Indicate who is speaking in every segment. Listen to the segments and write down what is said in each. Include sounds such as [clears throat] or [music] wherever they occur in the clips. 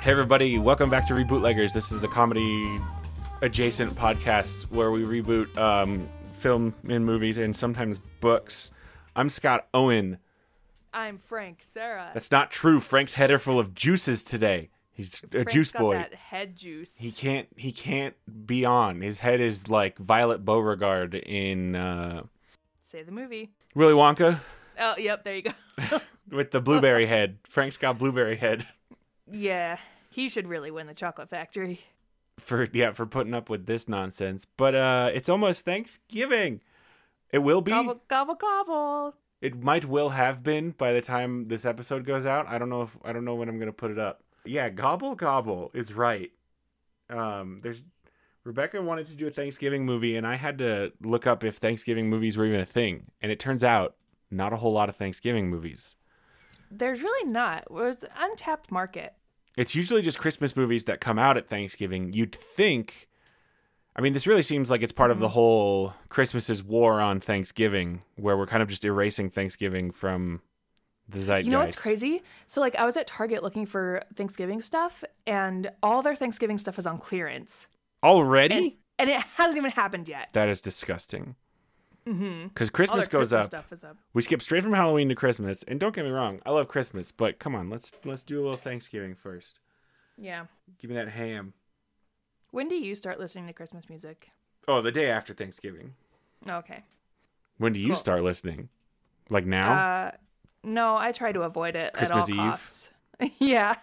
Speaker 1: Hey, everybody, welcome back to Rebootleggers. This is a comedy adjacent podcast where we reboot um, film and movies and sometimes books. I'm Scott Owen.
Speaker 2: I'm Frank Sarah.
Speaker 1: That's not true. Frank's head are full of juices today. He's a
Speaker 2: Frank's
Speaker 1: juice
Speaker 2: got
Speaker 1: boy.
Speaker 2: That head juice.
Speaker 1: He can't. He can't be on. His head is like Violet Beauregard in uh,
Speaker 2: Say the movie.
Speaker 1: Willy Wonka
Speaker 2: Oh, yep. There you go.
Speaker 1: [laughs]
Speaker 2: [laughs]
Speaker 1: with the blueberry head. Frank's got blueberry head
Speaker 2: yeah, he should really win the chocolate factory.
Speaker 1: for yeah for putting up with this nonsense. But uh, it's almost Thanksgiving. It will [laughs] be.
Speaker 2: Gobble gobble gobble.
Speaker 1: It might will have been by the time this episode goes out. I don't know if I don't know when I'm gonna put it up. Yeah, gobble gobble is right. Um, there's Rebecca wanted to do a Thanksgiving movie, and I had to look up if Thanksgiving movies were even a thing. And it turns out, not a whole lot of Thanksgiving movies.
Speaker 2: There's really not. It was an untapped market.
Speaker 1: It's usually just Christmas movies that come out at Thanksgiving. You'd think. I mean, this really seems like it's part of the whole Christmas's war on Thanksgiving, where we're kind of just erasing Thanksgiving from the zeitgeist.
Speaker 3: You know what's crazy? So like I was at Target looking for Thanksgiving stuff and all their Thanksgiving stuff is on clearance.
Speaker 1: Already?
Speaker 3: And, and it hasn't even happened yet.
Speaker 1: That is disgusting.
Speaker 3: Mm-hmm.
Speaker 1: Because
Speaker 2: All
Speaker 1: Christmas
Speaker 2: their
Speaker 1: goes
Speaker 2: Christmas
Speaker 1: up.
Speaker 2: Stuff is up.
Speaker 1: We skip straight from Halloween to Christmas, and don't get me wrong, I love Christmas, but come on, let's let's do a little Thanksgiving first.
Speaker 2: Yeah.
Speaker 1: Give me that ham.
Speaker 2: When do you start listening to Christmas music?
Speaker 1: Oh, the day after Thanksgiving.
Speaker 2: Okay.
Speaker 1: When do you start listening? Like now?
Speaker 2: Uh, no, I try to avoid it at all
Speaker 1: Christmas Eve?
Speaker 3: [laughs]
Speaker 2: costs. yeah,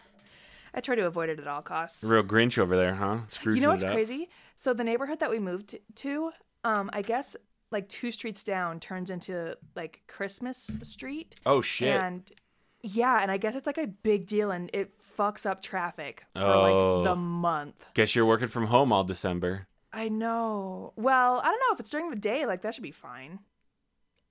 Speaker 2: I try to avoid it at all costs.
Speaker 1: Real Grinch over there, huh? Scrooge
Speaker 3: You know
Speaker 1: it
Speaker 3: what's
Speaker 1: up.
Speaker 3: crazy? So the neighborhood that we moved to, um, I guess like two streets down turns into like Christmas Street.
Speaker 1: Oh shit!
Speaker 3: And yeah, and I guess it's like a big deal and it fucks up traffic for
Speaker 1: Oh.
Speaker 3: like the month.
Speaker 1: Guess you're working from home all December.
Speaker 3: I know. Well, I don't know if it's during the day, like that should be fine.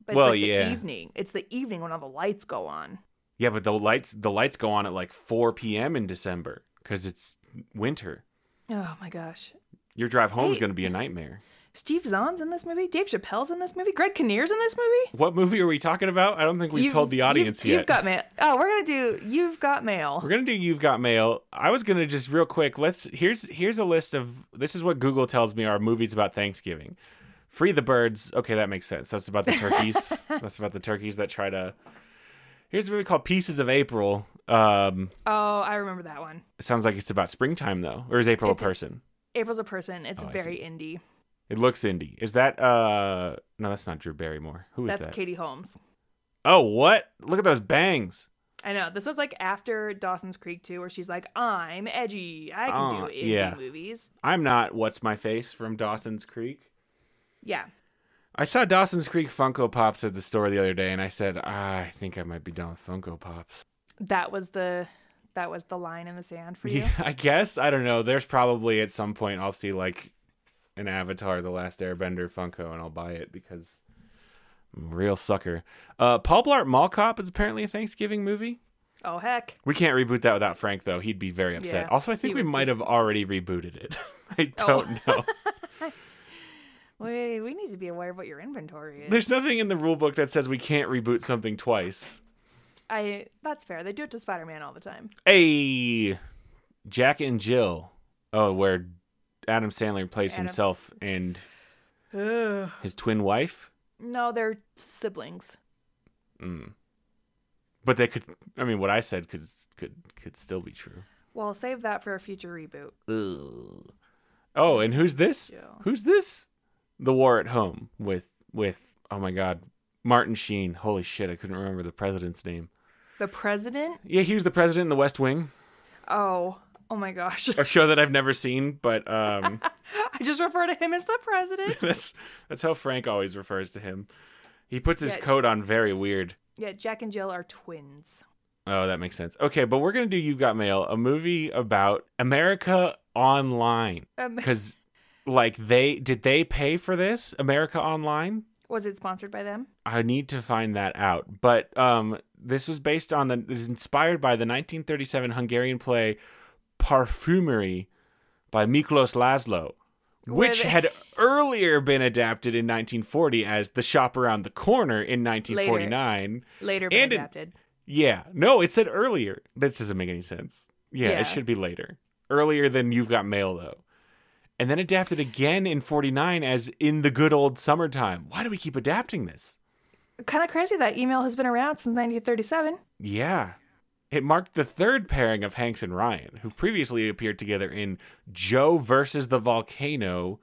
Speaker 3: But
Speaker 1: Well,
Speaker 3: it's like
Speaker 1: yeah.
Speaker 3: the evening. It's the evening when all the lights go on.
Speaker 1: Yeah, but the lights the lights go on at like 4 p.m. in December because it's winter.
Speaker 3: Oh my gosh.
Speaker 1: Your drive home is
Speaker 3: Hey.
Speaker 1: going to be a nightmare.
Speaker 3: Steve Zahn's in this movie. Dave Chappelle's in this movie. Greg Kinnear's in this movie.
Speaker 1: What movie are we talking about? I don't think we've
Speaker 3: You've-
Speaker 1: told the
Speaker 3: you've-
Speaker 1: audience
Speaker 3: you've,
Speaker 1: yet.
Speaker 3: got mail. Oh, we're gonna do. You've got mail.
Speaker 1: We're gonna do you've got mail. I was gonna just real quick. Let's here's here's a list of this is what Google tells me are movies about Thanksgiving. Free the birds. Okay, that makes sense. That's about the turkeys.
Speaker 3: [laughs]
Speaker 1: That's about the turkeys that try to. Here's a movie called Pieces of April. Um,
Speaker 3: Oh, I remember that one.
Speaker 1: it sounds like it's about springtime though, or is April
Speaker 3: It's
Speaker 1: a
Speaker 3: a-
Speaker 1: person?
Speaker 3: April's a person. It's
Speaker 1: Oh, I
Speaker 3: very indie.
Speaker 1: It looks indie. Is that uh? No, that's not Drew Barrymore. Who is
Speaker 3: That's
Speaker 1: that?
Speaker 3: Katie Holmes.
Speaker 1: Oh, what? Look at those bangs.
Speaker 3: I know. This was like after Dawson's Creek too, where she's like, "I'm edgy. I can
Speaker 1: Oh,
Speaker 3: do indie
Speaker 1: yeah.
Speaker 3: movies."
Speaker 1: I'm not. What's my face from Dawson's Creek?
Speaker 3: Yeah.
Speaker 1: I saw Dawson's Creek Funko Pops at the store the other day, and I said, ah, I think I might be done with Funko Pops.
Speaker 3: That was the that was the line in the sand for you.
Speaker 1: Yeah, I guess I don't know. There's probably at some point I'll see like an Avatar: The Last Airbender Funko, and I'll buy it because I'm a real sucker. Uh, Paul Blart Mall Cop is apparently a Thanksgiving movie.
Speaker 3: Oh heck.
Speaker 1: We can't reboot that without Frank, though. He'd be very upset.
Speaker 3: Yeah,
Speaker 1: also, I
Speaker 3: he
Speaker 1: think we
Speaker 3: would Oh.
Speaker 1: might have already rebooted it. [laughs] I don't
Speaker 3: [laughs]
Speaker 1: know.
Speaker 3: We we need to be aware of what your inventory is.
Speaker 1: There's nothing in the rule book that says we can't reboot something twice.
Speaker 3: I that's fair. They do it to Spider Man all
Speaker 1: [sighs]
Speaker 3: the time.
Speaker 1: Hey, Jack and Jill. Oh, where Adam Sandler plays
Speaker 3: Adam-
Speaker 1: himself and
Speaker 3: Ugh.
Speaker 1: his twin wife.
Speaker 3: No, they're siblings.
Speaker 1: Mm. But they could. I mean, what I said could could could still be true.
Speaker 3: Well, save that for a future reboot.
Speaker 1: Oh, and who's this?
Speaker 3: Jill.
Speaker 1: Who's this? The War at Home with with oh my god, Martin Sheen. Holy shit, I couldn't remember the president's name.
Speaker 3: The president?
Speaker 1: Yeah, he was the president in The West Wing,
Speaker 3: Oh, oh my gosh. [laughs]
Speaker 1: a show that I've never seen, but um.
Speaker 3: I just refer to him as the president.
Speaker 1: [laughs] that's that's how Frank always refers to him. He puts his
Speaker 3: Yeah.
Speaker 1: coat on very weird.
Speaker 3: yeah, Jack and Jill are twins.
Speaker 1: Oh, that makes sense. Okay, but we're gonna do You've Got Mail, a movie about America Online,
Speaker 3: Um,
Speaker 1: because like they did they pay for this America Online?
Speaker 3: was it sponsored by them?
Speaker 1: I need to find that out. But um, this was based on the is inspired by the 1937 Hungarian play Parfumery by Miklos Laszlo,
Speaker 3: Where
Speaker 1: which
Speaker 3: they- [laughs]
Speaker 1: had earlier been adapted in 1940 as The Shop Around the Corner in 1949.
Speaker 3: Later
Speaker 1: And
Speaker 3: been
Speaker 1: in-
Speaker 3: adapted.
Speaker 1: Yeah, no, it said earlier. This doesn't make any sense. Yeah,
Speaker 3: Yeah.
Speaker 1: it should be later. Earlier than You've Got Mail, though. And then adapted again in 49 as In the Good Old Summertime. Why do we keep adapting this?
Speaker 3: Kind of crazy that email has been around since 1937.
Speaker 1: Yeah. It marked the third pairing of Hanks and Ryan, who previously appeared together in Joe versus the Volcano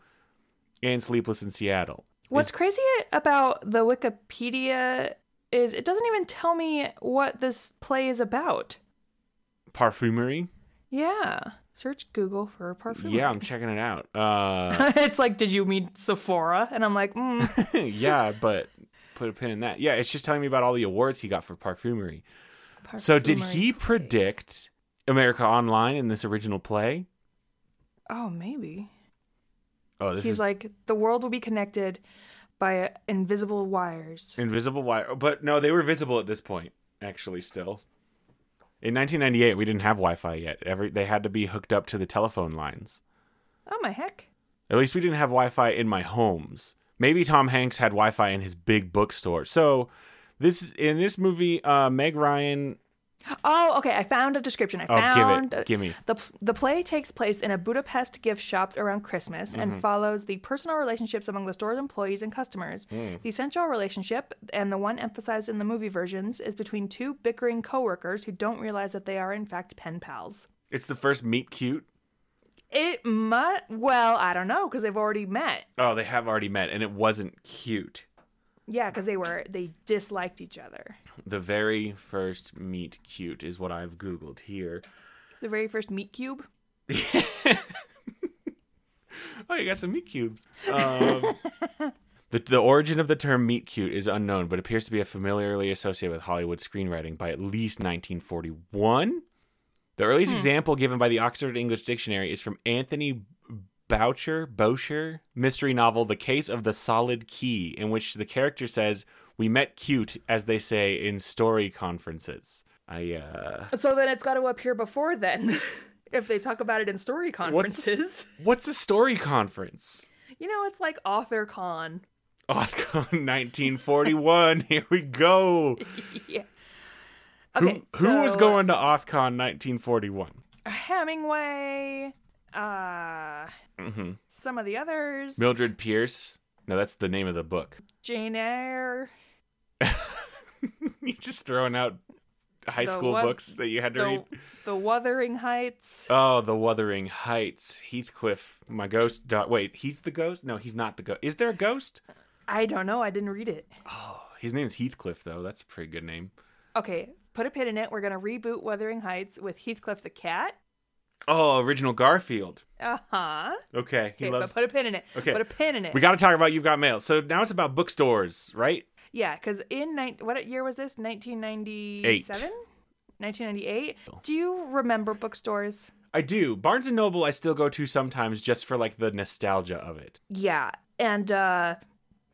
Speaker 1: and Sleepless in Seattle.
Speaker 3: What's crazy about the Wikipedia is it doesn't even tell me what this play is about.
Speaker 1: Parfumery?
Speaker 3: Yeah. Search Google for perfume.
Speaker 1: Yeah, I'm checking it out. Uh,
Speaker 3: [laughs]
Speaker 1: [laughs]
Speaker 3: it's like, did you mean Sephora? And I'm like, mm.
Speaker 1: yeah, but put a pin in that. Yeah, it's just telling me about all the awards he got for Parfumery. [laughs] So did
Speaker 3: Perfumery
Speaker 1: he
Speaker 3: play.
Speaker 1: predict America Online in this original play?
Speaker 3: Oh, maybe.
Speaker 1: Oh, this
Speaker 3: He's
Speaker 1: is
Speaker 3: like, the world will be connected by invisible wires.
Speaker 1: invisible wire. But no, they were visible at this point. Actually, still in 1998, we didn't have Wi-Fi yet. Every they had to be hooked up to the telephone lines.
Speaker 3: Oh my heck!
Speaker 1: At least we didn't have Wi-Fi in my homes. Maybe Tom Hanks had Wi-Fi in his big bookstore. So this in this movie, uh, Meg Ryan.
Speaker 3: Oh, okay. I found a description. I
Speaker 1: Oh,
Speaker 3: found
Speaker 1: give it, give me.
Speaker 3: The, the play takes place in a Budapest gift shop around Christmas
Speaker 1: Mm-hmm.
Speaker 3: and follows the personal relationships among the store's employees and customers.
Speaker 1: Hmm.
Speaker 3: The central relationship, and the one emphasized in the movie versions, is between two bickering coworkers who don't realize that they are, in fact, pen pals.
Speaker 1: It's the first meet cute.
Speaker 3: It might, well, I don't know, because they've already met.
Speaker 1: Oh, they have already met, and it wasn't cute.
Speaker 3: Yeah, because they were, they disliked each other.
Speaker 1: The very first meet cute is what I've googled here.
Speaker 3: The very first meat cube.
Speaker 1: Oh, you got some meat cubes. Um, [laughs] the, the origin of the term meat cute is unknown, but appears to be familiarly associated with Hollywood screenwriting by at least 1941. The earliest example given by the Oxford English Dictionary is from Anthony Boucher, Boucher mystery novel The Case of the Solid Key, in which the character says, We met cute, as they say in story conferences. I, uh.
Speaker 3: So then it's got to appear before then, [laughs] if they talk about it in story
Speaker 1: What's
Speaker 3: conferences. [laughs]
Speaker 1: a, what's a story conference?
Speaker 3: You know, it's like
Speaker 1: [laughs]
Speaker 3: author con.
Speaker 1: Othcon [laughs] 1941. Oh, Here we go.
Speaker 3: Yeah. Okay.
Speaker 1: who who was
Speaker 3: so, uh,
Speaker 1: going to Othcon 1941?
Speaker 3: Hemingway. Uh,
Speaker 1: Mm-hmm.
Speaker 3: some of the others.
Speaker 1: Mildred Pierce. No, that's the name of the book.
Speaker 3: Jane Eyre.
Speaker 1: [laughs] You're just throwing out high
Speaker 3: The
Speaker 1: school
Speaker 3: what-
Speaker 1: books that you had to
Speaker 3: The,
Speaker 1: read.
Speaker 3: the Wuthering Heights.
Speaker 1: Oh, The Wuthering Heights. Heathcliff, my ghost. Do- Wait, he's the ghost? No, he's not the ghost. Is there a ghost?
Speaker 3: I don't know. I didn't read it.
Speaker 1: Oh, His name's Heathcliff, though. That's a pretty good name.
Speaker 3: Okay. Put a pin in it. We're going to reboot Wuthering Heights with Heathcliff the cat.
Speaker 1: Oh, original Garfield.
Speaker 3: Uh huh.
Speaker 1: Okay, he
Speaker 3: Okay,
Speaker 1: loves.
Speaker 3: but put a pin in it.
Speaker 1: Okay.
Speaker 3: Put a pin in it.
Speaker 1: we got to talk about You've Got Mail. So now it's about bookstores, right?
Speaker 3: Yeah, because in nine what year was this? 1997? 1998?
Speaker 1: Oh.
Speaker 3: Do you remember bookstores?
Speaker 1: I do. Barnes and Noble I still go to sometimes just for like the nostalgia of it.
Speaker 3: Yeah. And uh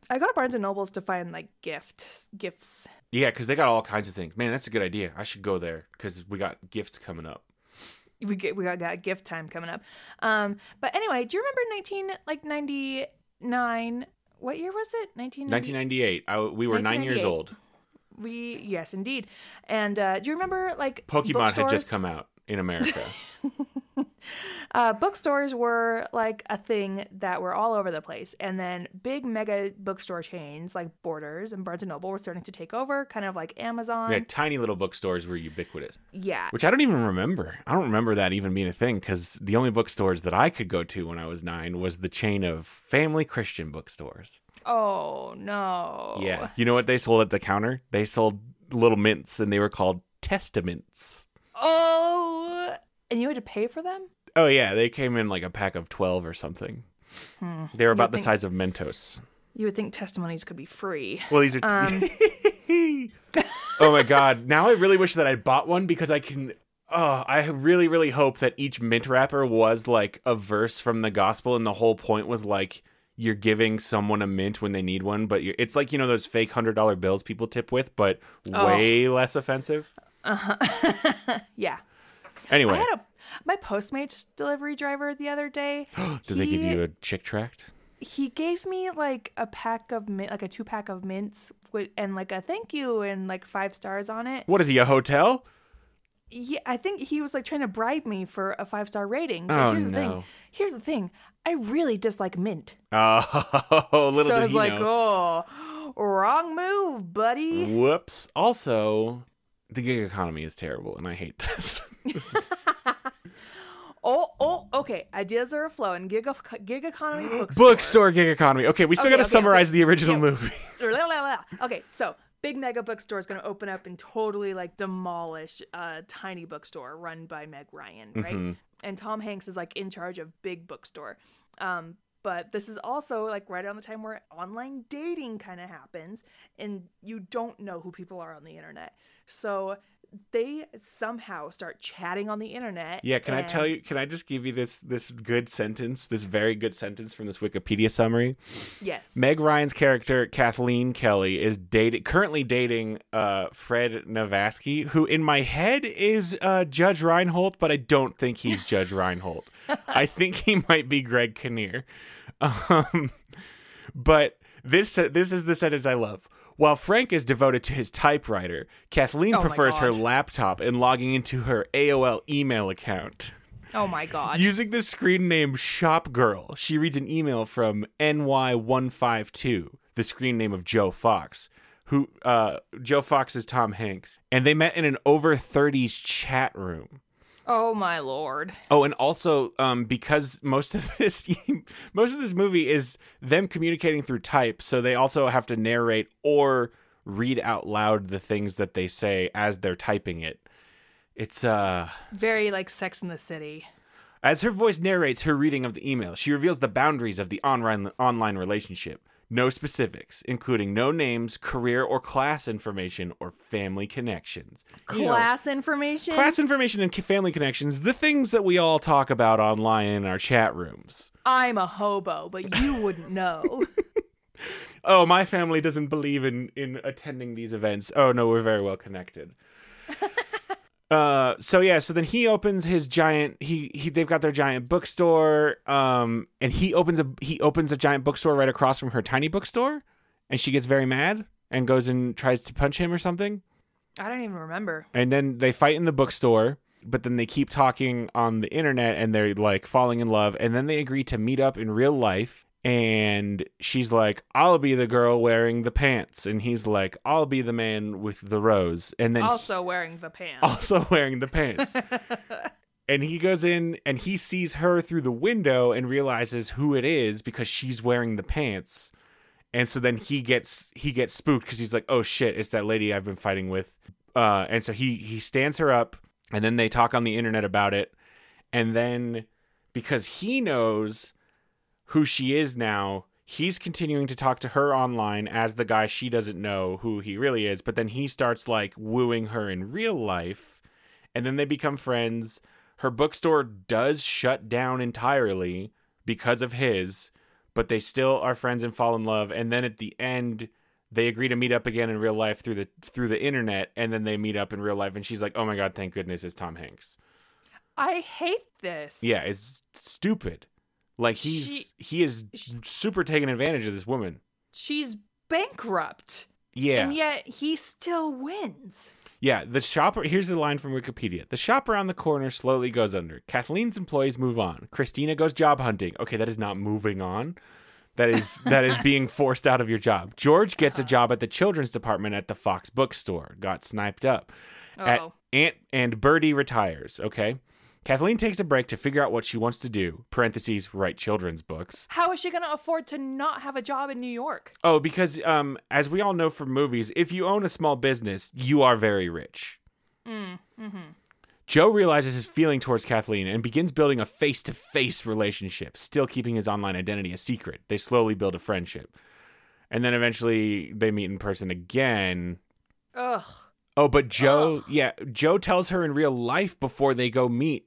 Speaker 3: I go to Barnes and Nobles to find like gift gifts.
Speaker 1: Yeah, cuz they got all kinds of things. Man, that's a good idea. I should go there cuz we got gifts coming up.
Speaker 3: Mm-hmm. We get we got, got gift time coming up. Um but anyway, do you remember 19 like 99 what year was it? 1999.
Speaker 1: 1998. I, we were 9 years
Speaker 3: 1998.
Speaker 1: old.
Speaker 3: We yes, indeed. And uh do you remember like
Speaker 1: Pokemon had just
Speaker 3: bookstores?
Speaker 1: come out in
Speaker 3: [laughs]
Speaker 1: America.
Speaker 3: uh, bookstores were like a thing that were all over the place, and then big mega bookstore chains like Borders and Barnes and Noble were starting to take over, kind of like Amazon.
Speaker 1: yeah, tiny little bookstores were ubiquitous,
Speaker 3: Yeah,
Speaker 1: which I don't even remember. I don't remember that even being a thing cuz the only bookstores that I could go to when I was 9 was the chain of Family Christian bookstores.
Speaker 3: Oh no.
Speaker 1: Yeah. You know what they sold at the counter? They sold little mints and they were called testaments.
Speaker 3: Oh, and you had to pay for them.
Speaker 1: Oh yeah, they came in like a pack of twelve or something.
Speaker 3: Hmm.
Speaker 1: They were about the size of Mentos.
Speaker 3: You would think testimonies could be free.
Speaker 1: Well, these are.
Speaker 3: Um,
Speaker 1: [laughs] oh my god! Now I really wish that I bought one because I can. Oh, I really, really hope that each mint wrapper was like a verse from the gospel, and the whole point was like you're giving someone a mint when they need one. But you're, it's like you know those fake hundred dollar bills people tip with, but
Speaker 3: Oh.
Speaker 1: way less offensive.
Speaker 3: Yeah, I
Speaker 1: Anyway,
Speaker 3: had a my Postmates delivery driver the other day.
Speaker 1: [gasps] did they give
Speaker 3: he-
Speaker 1: you a chick tract?
Speaker 3: he gave me like a pack of mint, like a two pack of mints, with, and like a thank you and like five stars on it.
Speaker 1: What is he? A hotel? [laughs]
Speaker 3: yeah, I think he was like trying to bribe me for a five star rating. But
Speaker 1: Oh,
Speaker 3: here's the
Speaker 1: no.
Speaker 3: thing. Here's the thing. I really dislike mint.
Speaker 1: Oh, little
Speaker 3: so I
Speaker 1: did
Speaker 3: was
Speaker 1: he
Speaker 3: like,
Speaker 1: know.
Speaker 3: oh, wrong move, buddy.
Speaker 1: Whoops. Also, the gig economy is terrible, and I hate this. [laughs] This is-
Speaker 3: Oh, oh, okay. Ideas are aflowing. Gig,
Speaker 1: [gasps]
Speaker 3: gig economy bookstore.
Speaker 1: Bookstore gig economy. Okay, we still
Speaker 3: Oh,
Speaker 1: got
Speaker 3: Okay,
Speaker 1: to
Speaker 3: okay,
Speaker 1: summarize
Speaker 3: okay.
Speaker 1: the original
Speaker 3: Yeah. [laughs]
Speaker 1: movie.
Speaker 3: La, la, la. Okay, so big mega bookstore is going to open up and totally like demolish a tiny bookstore run by Meg Ryan, right?
Speaker 1: Mm-hmm.
Speaker 3: And Tom Hanks is like in charge of big bookstore. Um, but this is also like right around the time where online dating kind of happens and you don't know who people are on the internet. So they somehow start chatting on the internet.
Speaker 1: Yeah, can I
Speaker 3: and-
Speaker 1: tell you? Can I just give you this this good sentence, this very good sentence from this Wikipedia summary?
Speaker 3: Yes.
Speaker 1: Meg Ryan's character Kathleen Kelly is dating currently dating uh, Fred Navasky, who in my head is uh, Judge Reinhold, but I don't think he's Judge Reinhold. I think he might be Greg Kinnear. Um, but this this is the sentence I love. While Frank is devoted to his typewriter, Kathleen
Speaker 3: Oh my
Speaker 1: prefers her
Speaker 3: God.
Speaker 1: laptop and logging into her AOL email account.
Speaker 3: oh my God.
Speaker 1: Using the screen name Shop Girl, she reads an email from NY152, the screen name of Joe Fox, who uh, Joe Fox is Tom Hanks, and they met in an over 30s chat room.
Speaker 3: oh my Lord.
Speaker 1: Oh, and also um, because most of [laughs] this most of this movie is them communicating through type, so they also have to narrate or read out loud the things that they say as they're typing it. It's uh
Speaker 3: Very like sex in the city.
Speaker 1: as her voice narrates her reading of the email, she reveals the boundaries of the online online relationship. No specifics, including no names, career or class information, or family connections. You know,
Speaker 3: Class information.
Speaker 1: class information and c- family connections, the things that we all talk about online in our chat rooms.
Speaker 3: I'm a hobo, but you [laughs] wouldn't know.
Speaker 1: Oh, my family doesn't believe in in attending these events. Oh no, we're very well connected. uh so yeah so then he opens his giant he, he they've got their giant bookstore um and he opens a he opens a giant bookstore right across from her tiny bookstore and she gets very mad and goes and tries to punch him or something
Speaker 3: I don't even remember.
Speaker 1: and then they fight in the bookstore but then they keep talking on the internet and they're like falling in love and then they agree to meet up in real life and she's like i'll be the girl wearing the pants and he's like i'll be the man with the rose and Oh. then
Speaker 3: Also wearing the pants.
Speaker 1: [laughs] also wearing the pants and he goes in and he sees her through the window and realizes who it is because she's wearing the pants and so then he gets he gets spooked because he's like oh shit it's that lady i've been fighting with uh, and so he he stands her up and then they talk on the internet about it and then because he knows who she is now he's continuing to talk to her online as the guy she doesn't know who he really is but then he starts like wooing her in real life and then they become friends her bookstore does shut down entirely because of his but they still are friends and fall in love and then at the end they agree to meet up again in real life through the through the internet and then they meet up in real life and she's like oh my god thank goodness it's tom hanks
Speaker 3: I hate this.
Speaker 1: yeah, it's stupid. Like he's
Speaker 3: She-
Speaker 1: he is super taking advantage of this woman.
Speaker 3: She's bankrupt.
Speaker 1: Yeah.
Speaker 3: And yet he still wins.
Speaker 1: yeah, the shop here's the line from Wikipedia. The shop around the corner slowly goes under. Kathleen's employees move on. Christina goes job hunting. Okay, that is not moving on. That is that is being
Speaker 3: [laughs]
Speaker 1: forced out of your job. George gets a
Speaker 3: Uh-huh.
Speaker 1: job at the children's department at the Fox bookstore. Got sniped up. At
Speaker 3: Oh.
Speaker 1: Aunt and Birdie retires, okay? Kathleen takes a break to figure out what she wants to do. Parentheses write children's books.
Speaker 3: How is she going to afford to not have a job in New York?
Speaker 1: Oh, because um, as we all know from movies, if you own a small business, you are very rich. Joe realizes his feeling towards Kathleen and begins building a face to face relationship, still keeping his online identity a secret. They slowly build a friendship. And then eventually they meet in person again.
Speaker 3: Ugh.
Speaker 1: Oh, but Joe, yeah, Joe tells her in real life before they go meet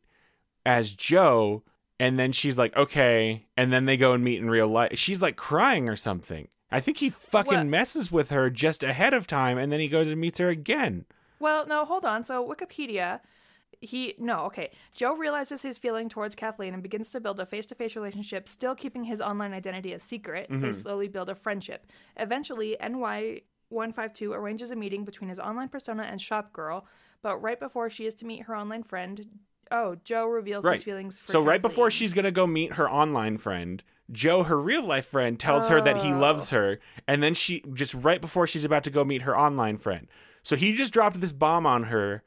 Speaker 1: as Joe, and then she's like, okay, and then they go and meet in real life. She's like crying or something. I think he fucking
Speaker 3: What?
Speaker 1: messes with her just ahead of time, and then he goes and meets her again.
Speaker 3: Well, no, hold on. So, Wikipedia, he, no, okay. Joe realizes his feeling towards Kathleen and begins to build a face to face relationship,
Speaker 1: Mm-hmm.
Speaker 3: still keeping his online identity a secret. They slowly build a friendship. Eventually, NY 152 arranges a meeting between his online persona and shop girl, but right before she is to meet her online friend, oh, Joe reveals
Speaker 1: Right.
Speaker 3: his feelings for
Speaker 1: So right
Speaker 3: Kathleen.
Speaker 1: before she's gonna go meet her online friend, Joe, her real life friend, tells her that
Speaker 3: Oh.
Speaker 1: he loves her, and then she just right before she's about to go meet her online friend. So he just dropped this bomb on her.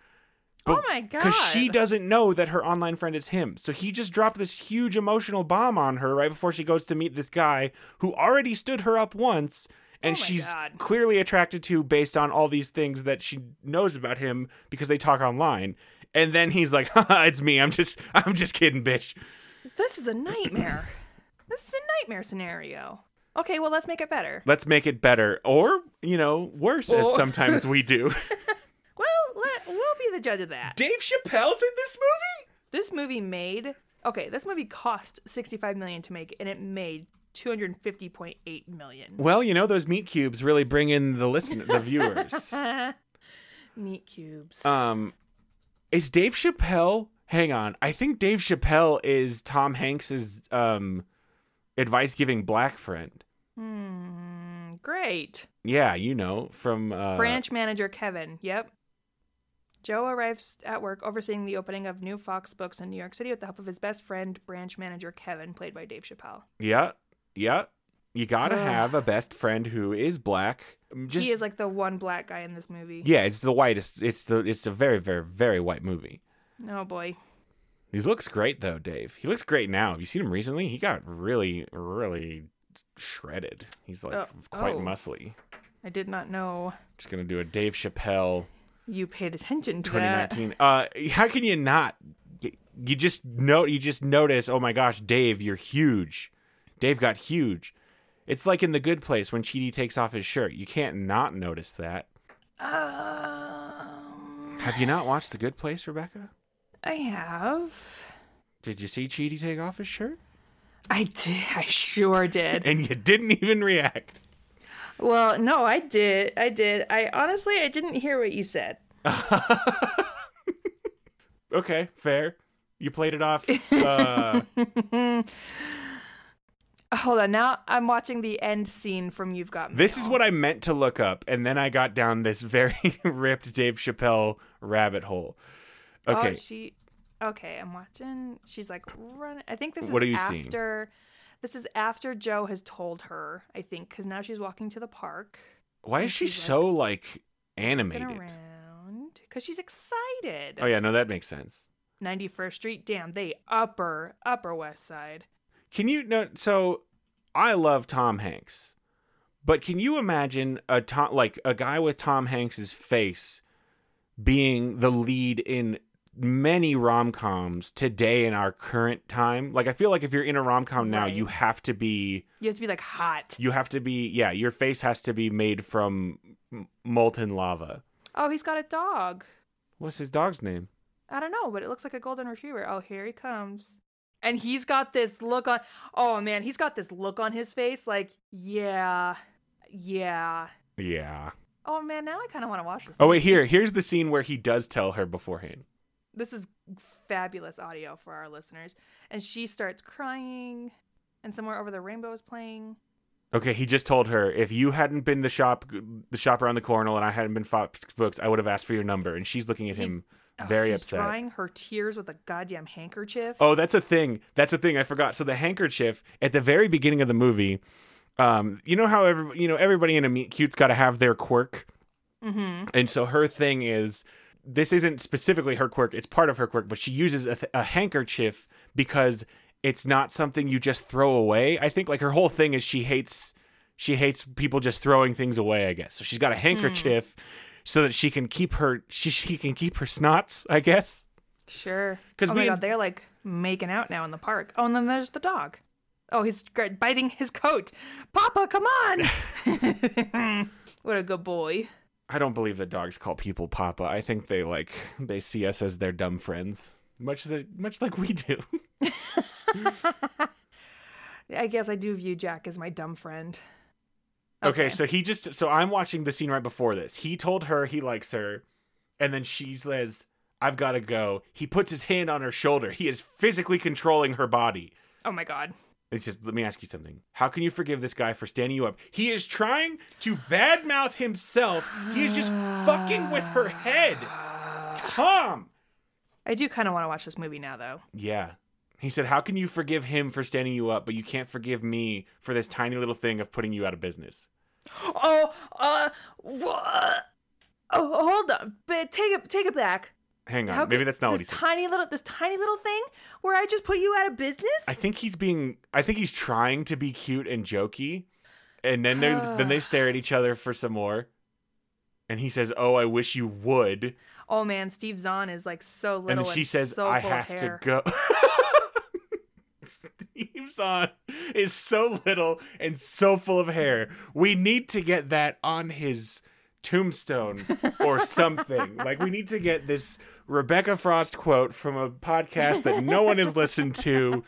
Speaker 3: Oh my god.
Speaker 1: Because she doesn't know that her online friend is him. So he just dropped this huge emotional bomb on her right before she goes to meet this guy who already stood her up once and
Speaker 3: Oh my
Speaker 1: she's
Speaker 3: God.
Speaker 1: clearly attracted to based on all these things that she knows about him because they talk online. And then he's like, [laughs] Haha, it's me. I'm just [laughs] I'm just kidding, bitch.
Speaker 3: This is a nightmare. this is a nightmare scenario. Okay, well, let's make it better.
Speaker 1: Let's make it better. Or, you know, worse as
Speaker 3: Or-
Speaker 1: sometimes we do.
Speaker 3: Well, let, we'll be the judge of that.
Speaker 1: Dave Chappelle's in this movie?
Speaker 3: This movie made okay. This movie cost sixty-five million to make, and it made two hundred fifty point eight million.
Speaker 1: Well, you know, those meat cubes really bring in the listen the viewers.
Speaker 3: Meat cubes.
Speaker 1: Um, is Dave Chappelle? Hang on, I think Dave Chappelle is Tom Hanks's um advice giving black friend.
Speaker 3: Hmm, Great.
Speaker 1: Yeah, you know from uh,
Speaker 3: Branch manager Kevin. Yep. Joe arrives at work overseeing the opening of new Fox books in New York City with the help of his best friend, branch manager Kevin, played by Dave Chappelle.
Speaker 1: Yeah, yeah. You gotta have a best friend who is black. Mm, Just
Speaker 3: he is like the one black guy in this movie.
Speaker 1: yeah, it's the whitest. It's the it's a very very very white movie.
Speaker 3: Oh boy.
Speaker 1: He looks great though, Dave. He looks great now. Have you seen him recently? He got really really shredded. He's like
Speaker 3: Oh,
Speaker 1: quite
Speaker 3: oh.
Speaker 1: muscly.
Speaker 3: I did not know
Speaker 1: Just gonna do a Dave Chappelle
Speaker 3: you paid attention to that.
Speaker 1: 2019. Uh, how can you not? You just know. You just notice. Oh my gosh, Dave, you're huge. Dave got huge. It's like in the Good Place when Chidi takes off his shirt. You can't not notice that.
Speaker 3: Um,
Speaker 1: Have you not watched the Good Place, Rebecca?
Speaker 3: I have.
Speaker 1: Did you see Chidi take off his shirt?
Speaker 3: I did. [laughs] I sure did.
Speaker 1: And you didn't even react.
Speaker 3: Well, no, I did. I did. I honestly, I didn't hear what you said.
Speaker 1: Okay, fair. You played it off. Uh,
Speaker 3: Hold on. Now I'm watching the end scene from You've Got Mail.
Speaker 1: this is what I meant to look up, and then I got down this very [laughs] ripped Dave Chappelle rabbit hole. Okay.
Speaker 3: Oh, she. Okay, I'm watching. She's like run. I think this is
Speaker 1: What are you seeing?
Speaker 3: after. This is after Joe has told her. I think because now she's walking to the park.
Speaker 1: Why is
Speaker 3: And
Speaker 1: she
Speaker 3: she's like,
Speaker 1: so like
Speaker 3: Been
Speaker 1: animated?
Speaker 3: around because she's excited.
Speaker 1: Oh yeah, no, that makes sense.
Speaker 3: 91st Street. Damn, they upper Upper West Side.
Speaker 1: Can you no? So I love Tom Hanks, but can you imagine a Tom like a guy with Tom Hanks's face being the lead in many rom coms today in our current time? Like I feel like if you're in a rom com now,
Speaker 3: Right.
Speaker 1: you have to be
Speaker 3: You have to be like hot.
Speaker 1: you have to be yeah, your face has to be made from m- molten lava.
Speaker 3: Oh, he's got a dog.
Speaker 1: What's his dog's name?
Speaker 3: I don't know, but it looks like a golden retriever. Oh, here he comes. And he's got this look on. Oh man, he's got this look on his face like, yeah, yeah.
Speaker 1: Yeah.
Speaker 3: Oh man, now I kind of want to watch this.
Speaker 1: Oh wait, here here's the scene where he does tell her beforehand.
Speaker 3: This is fabulous audio for our listeners. And she starts crying, and somewhere over the rainbow is playing.
Speaker 1: Okay, he just told her if you hadn't been the shop, the shop around the corner, and I hadn't been Fox Books, I would have asked for your number. And she's looking at him,
Speaker 3: Oh,
Speaker 1: very
Speaker 3: he's
Speaker 1: upset.
Speaker 3: Drying her tears with a goddamn handkerchief.
Speaker 1: Oh, that's a thing. That's a thing. I forgot. So the handkerchief at the very beginning of the movie, um, you know how every, you know everybody in a meet cute's got to have their quirk, mm-hmm. and so her thing is this isn't specifically her quirk. It's part of her quirk, but she uses a, th- a handkerchief because it's not something you just throw away. I think like her whole thing is she hates she hates people just throwing things away. I guess so. She's got a handkerchief so that she can keep her she she can keep her snots. I guess.
Speaker 3: Sure.
Speaker 1: 'Cause
Speaker 3: oh my
Speaker 1: we-
Speaker 3: god, they're like making out now in the park. Oh, and then there's the dog. Oh, he's gr- biting his coat. Papa, come
Speaker 1: [laughs]
Speaker 3: on! [laughs] what a good boy.
Speaker 1: I don't believe that dogs call people papa. I think they like they see us as their dumb friends, much the, much like we do.
Speaker 3: I guess I do view Jack as my dumb friend.
Speaker 1: okay, so he just so I'm watching the scene right before this. He told her he likes her, and then she says, "I've got to go." He puts his hand on her shoulder. He is physically controlling her body.
Speaker 3: Oh my god.
Speaker 1: It's just let me ask you something. How can you forgive this guy for standing you up? He is trying to badmouth himself. He is just fucking with her head. Tom.
Speaker 3: I do kind of want to watch this movie now, though. [gasps]
Speaker 1: Yeah. He said, "How can you forgive him for standing you up, but you can't forgive me for this tiny little thing of putting you out of business?"
Speaker 2: Oh, uh, wha- oh, hold on, but take it, take it back.
Speaker 1: Hang on.
Speaker 2: How
Speaker 1: Maybe
Speaker 2: could-
Speaker 1: that's not what he
Speaker 2: this
Speaker 1: said.
Speaker 2: tiny little this tiny little thing where I just put you out of business.
Speaker 1: I think he's being. I think he's trying to be cute and jokey, and then they then they stare at each other for some more, and he says, "Oh, I wish you would,"
Speaker 3: Oh man, Steve Zahn is like so little.
Speaker 1: and then she says,
Speaker 3: so
Speaker 1: "I
Speaker 3: full of
Speaker 1: have to
Speaker 3: hair. [sighs]
Speaker 1: go." [sighs] [laughs] Steve Zahn is so little and so full of hair. We need to get that on his tombstone or
Speaker 3: [laughs]
Speaker 1: something. like we need to get this Rebecca Frost quote from a podcast that no one has listened to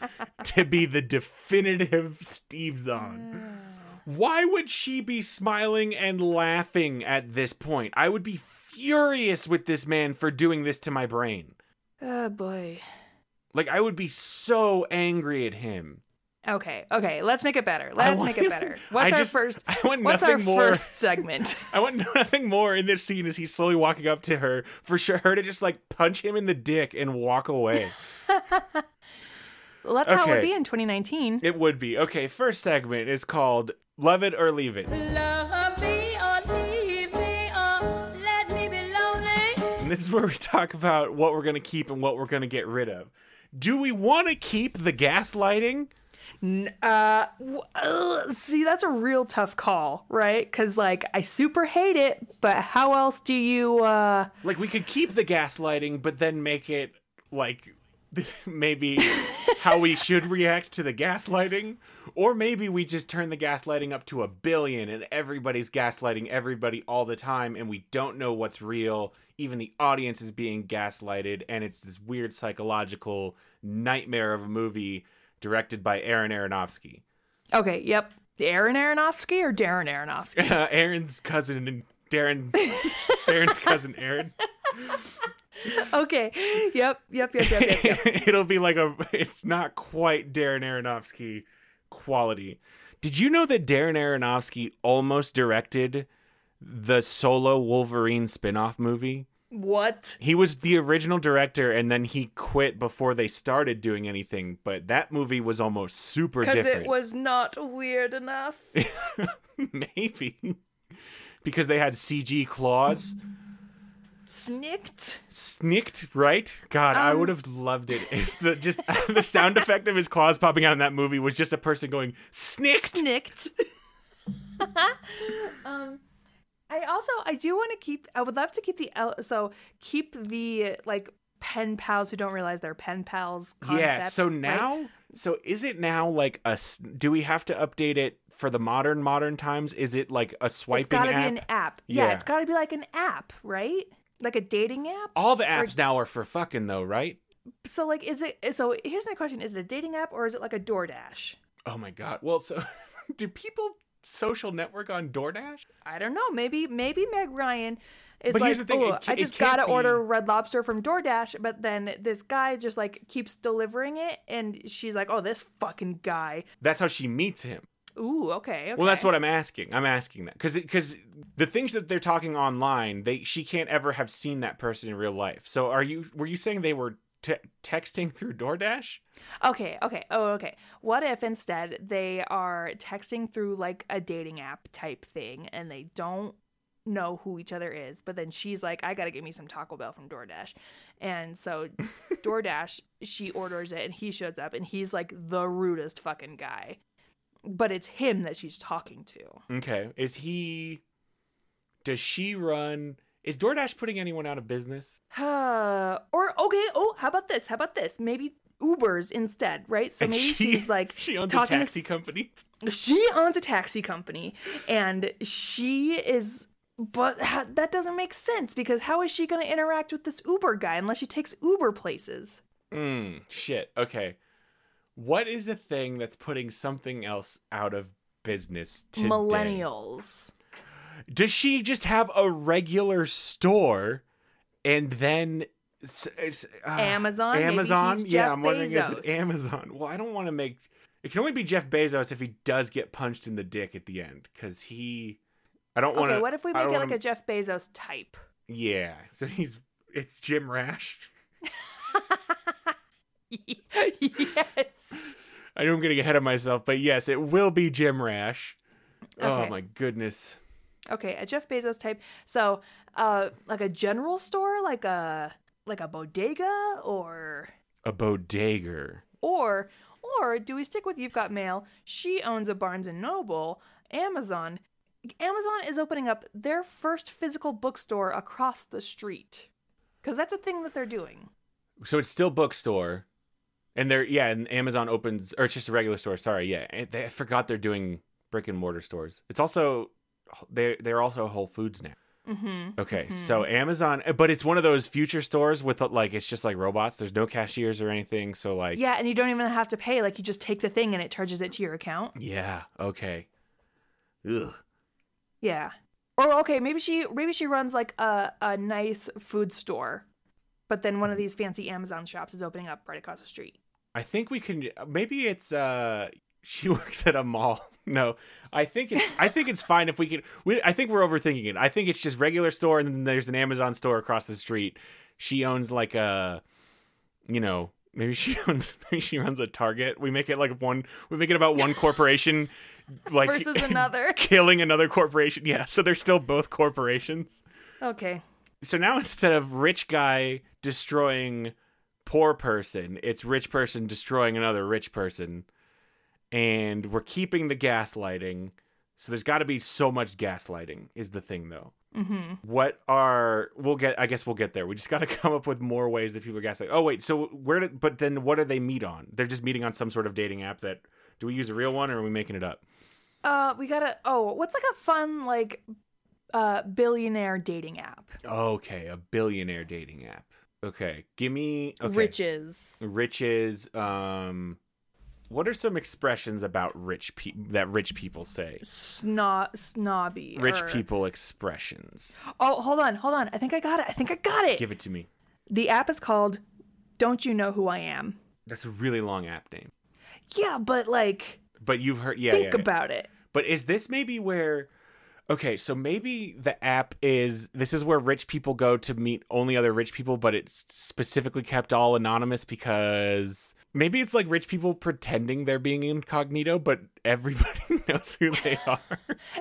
Speaker 1: to be the definitive Steve Zahn. Why would she be smiling and laughing at this point? I would be furious with this man for doing this to my brain.
Speaker 3: Oh boy.
Speaker 1: Like I would be so angry at him.
Speaker 3: Okay, okay. Let's make it better. Let's
Speaker 1: want- [laughs]
Speaker 3: make it better. What's
Speaker 1: I
Speaker 3: our
Speaker 1: just-
Speaker 3: first?
Speaker 1: I want
Speaker 3: [laughs] What's
Speaker 1: nothing
Speaker 3: our
Speaker 1: more.
Speaker 3: first segment?
Speaker 1: [laughs] I want nothing more in this scene as he's slowly walking up to her for sure her to just like punch him in the dick and walk
Speaker 3: [laughs]
Speaker 1: away.
Speaker 3: Well, that's how it would
Speaker 1: Okay.
Speaker 3: be in 2019.
Speaker 1: it would be. Okay, first segment is called Love It or Leave It.
Speaker 4: Love me or leave me or let me be lonely.
Speaker 1: And this is where we talk about what we're going to keep and what we're going to get rid of. Do we want to keep the gaslighting?
Speaker 3: Uh, w- ugh, see, that's a real tough call, right? Because like I super hate it, but how else do you? uh
Speaker 1: Like we could keep the gaslighting but then make it like [laughs] maybe how we should react to the gaslighting or maybe we just turn the gaslighting up to a billion and everybody's gaslighting everybody all the time and we don't know what's real even the audience is being gaslighted and it's this weird psychological nightmare of a movie directed by Aaron Aronofsky [laughs]
Speaker 3: Okay, yep. Aaron Aronofsky or Darren
Speaker 1: [laughs]
Speaker 3: Aronofsky?
Speaker 1: uh, Aaron's cousin and Darren Darren's cousin Aaron
Speaker 3: okay, yep, yep, yep, [laughs]
Speaker 1: [laughs]
Speaker 3: yep, yep. yep.
Speaker 1: it'll be like a it's not quite Darren Aronofsky quality. Did you know that Darren Aronofsky almost directed the solo Wolverine spin-off movie?
Speaker 3: what?
Speaker 1: He was the original director and then he quit before they started doing anything, but that movie was almost super
Speaker 3: Because
Speaker 1: different.
Speaker 3: it was not weird enough.
Speaker 1: [laughs] Maybe [laughs] because they had CG claws.
Speaker 3: Snicked.
Speaker 1: snicked right god
Speaker 3: Um,
Speaker 1: i would have loved it if the just [laughs] the sound effect of his claws popping out in that movie was just a person going snicked [laughs]
Speaker 3: Snicked. [laughs] um, I also I do want to keep. I would love to keep the el- so keep the like pen pals who don't realize they're pen pals. Concept,
Speaker 1: yeah so
Speaker 3: right?
Speaker 1: now so is it now like a s- do we have to update it for the modern modern times is it like a
Speaker 3: it's
Speaker 1: swiping
Speaker 3: got to
Speaker 1: app
Speaker 3: be an app. Yeah,
Speaker 1: Yeah.
Speaker 3: it's got to be like an app, right? Like a dating app.
Speaker 1: all the apps now are for fucking though right
Speaker 3: So like, is it? So here's my question: Is it a dating app or is it like a DoorDash?
Speaker 1: oh my god well so [laughs] do people social network on doordash
Speaker 3: I don't know. Maybe maybe Meg Ryan is
Speaker 1: But
Speaker 3: like,
Speaker 1: here's the thing,
Speaker 3: oh,
Speaker 1: it ca-
Speaker 3: I
Speaker 1: it
Speaker 3: just
Speaker 1: can't
Speaker 3: gotta
Speaker 1: be-
Speaker 3: order Red Lobster from DoorDash, but then this guy just like keeps delivering it, and she's like, oh, this fucking guy.
Speaker 1: that's how she meets him
Speaker 3: Ooh, okay. okay.
Speaker 1: Well, that's what I'm asking. I'm asking that because because the things that they're talking online, they she can't ever have seen that person in real life. So are you were you saying they were te- texting through DoorDash?
Speaker 3: Okay, okay. Oh, okay. What if instead they are texting through like a dating app type thing, and they don't know who each other is, but then she's like, I gotta get me some Taco Bell from DoorDash,
Speaker 1: [laughs]
Speaker 3: and so DoorDash she orders it, and he shows up, and he's like the rudest fucking guy. But it's him that she's talking to. [sighs]
Speaker 1: Okay, is he? Does she run? Is DoorDash putting anyone out of business?
Speaker 3: Uh, or okay, oh, how about this? How about this? Maybe Ubers instead, right? So
Speaker 1: And
Speaker 3: maybe
Speaker 1: she-
Speaker 3: she's like
Speaker 1: [laughs] she owns a
Speaker 3: talking to
Speaker 1: taxi company.
Speaker 3: she owns a taxi company and she is but ha- that doesn't make sense because how is she going to interact with this uber guy unless she takes uber places Hmm.
Speaker 1: Mm, shit. Okay. What is the thing that's putting something else out of business today?
Speaker 3: millennials
Speaker 1: Does she just have a regular store and then s- s- uh,
Speaker 3: Amazon? Maybe
Speaker 1: Amazon?
Speaker 3: he's
Speaker 1: yeah,
Speaker 3: Jeff
Speaker 1: I'm wondering is it
Speaker 3: Bezos.
Speaker 1: Amazon? Well, I don't want to make It can only be Jeff Bezos if he does get punched in the dick at the end, because he. I don't want to.
Speaker 3: okay, what if we make it like a Jeff Bezos type? [laughs]
Speaker 1: Yeah, so he's it's Jim Rash.
Speaker 3: yes.
Speaker 1: I know I'm getting ahead of myself, but yes, it will be Jim Rash. Oh
Speaker 3: Okay.
Speaker 1: my goodness.
Speaker 3: Okay, a Jeff Bezos type. So, uh, like a general store, like a like a bodega, or
Speaker 1: A bodegaer.
Speaker 3: or or do we stick with You've Got Mail? She owns a Barnes and Noble, Amazon. Amazon is opening up their first physical bookstore across the street, because that's a thing that they're doing.
Speaker 1: So it's still bookstore. And they're yeah, and Amazon opens or it's just a regular store, sorry. Yeah. And they, I forgot they're doing brick and mortar stores. It's also they they're also Whole Foods now. Mm-hmm. Okay, so Amazon, eh, but it's one of those future stores with like it's just like robots. There's no cashiers or anything, so like
Speaker 3: Yeah, and you don't even have to pay. Like you just take the thing and it charges it to your account.
Speaker 1: yeah, okay, Ugh.
Speaker 3: Yeah. Or okay, maybe she maybe she runs like a, a nice food store, but then
Speaker 1: Mm-hmm.
Speaker 3: one of these fancy Amazon shops is opening up right across the street.
Speaker 1: I think we can maybe it's uh she [laughs] works at a mall. No. I think it's I think it's fine if we can we I think we're overthinking it. I think it's just regular store and then there's an Amazon store across the street. She owns like a you know, maybe she [laughs] owns maybe she runs a Target. We make it like one we make it about one corporation like
Speaker 3: Versus another.
Speaker 1: [laughs] killing another corporation. Yeah, so they're still both corporations
Speaker 3: Okay.
Speaker 1: so now [laughs] instead of rich guy destroying poor person, it's rich person destroying another rich person. And we're keeping the gaslighting. So there's got to be so much gaslighting is the thing though. Mm-hmm. What are we'll get? I guess we'll get there. We just got to [laughs] come up with more ways that people gaslight. Oh wait, so where? Did, but then what do they meet on? They're just meeting on some sort of dating app. That do we use a real one or are we making it up?
Speaker 3: Uh we gotta oh, what's like a fun like uh billionaire dating app?
Speaker 1: Okay, a billionaire dating app. Okay, give me okay.
Speaker 3: Riches.
Speaker 1: riches um what are some expressions about rich people that rich people say
Speaker 3: Snob snobby.
Speaker 1: rich
Speaker 3: or-
Speaker 1: people expressions
Speaker 3: Oh, hold on, hold on. I think I got it. I think I got it.
Speaker 1: give it to me
Speaker 3: the app is called Don't You Know Who I Am?
Speaker 1: that's a really long app name
Speaker 3: Yeah, but like
Speaker 1: but you've heard yeah,
Speaker 3: think
Speaker 1: yeah, yeah.
Speaker 3: about it.
Speaker 1: but is this maybe where okay so maybe the app is this is where rich people go to meet only other rich people but it's specifically kept all anonymous because maybe it's like rich people pretending they're being incognito but everybody [laughs] knows who they are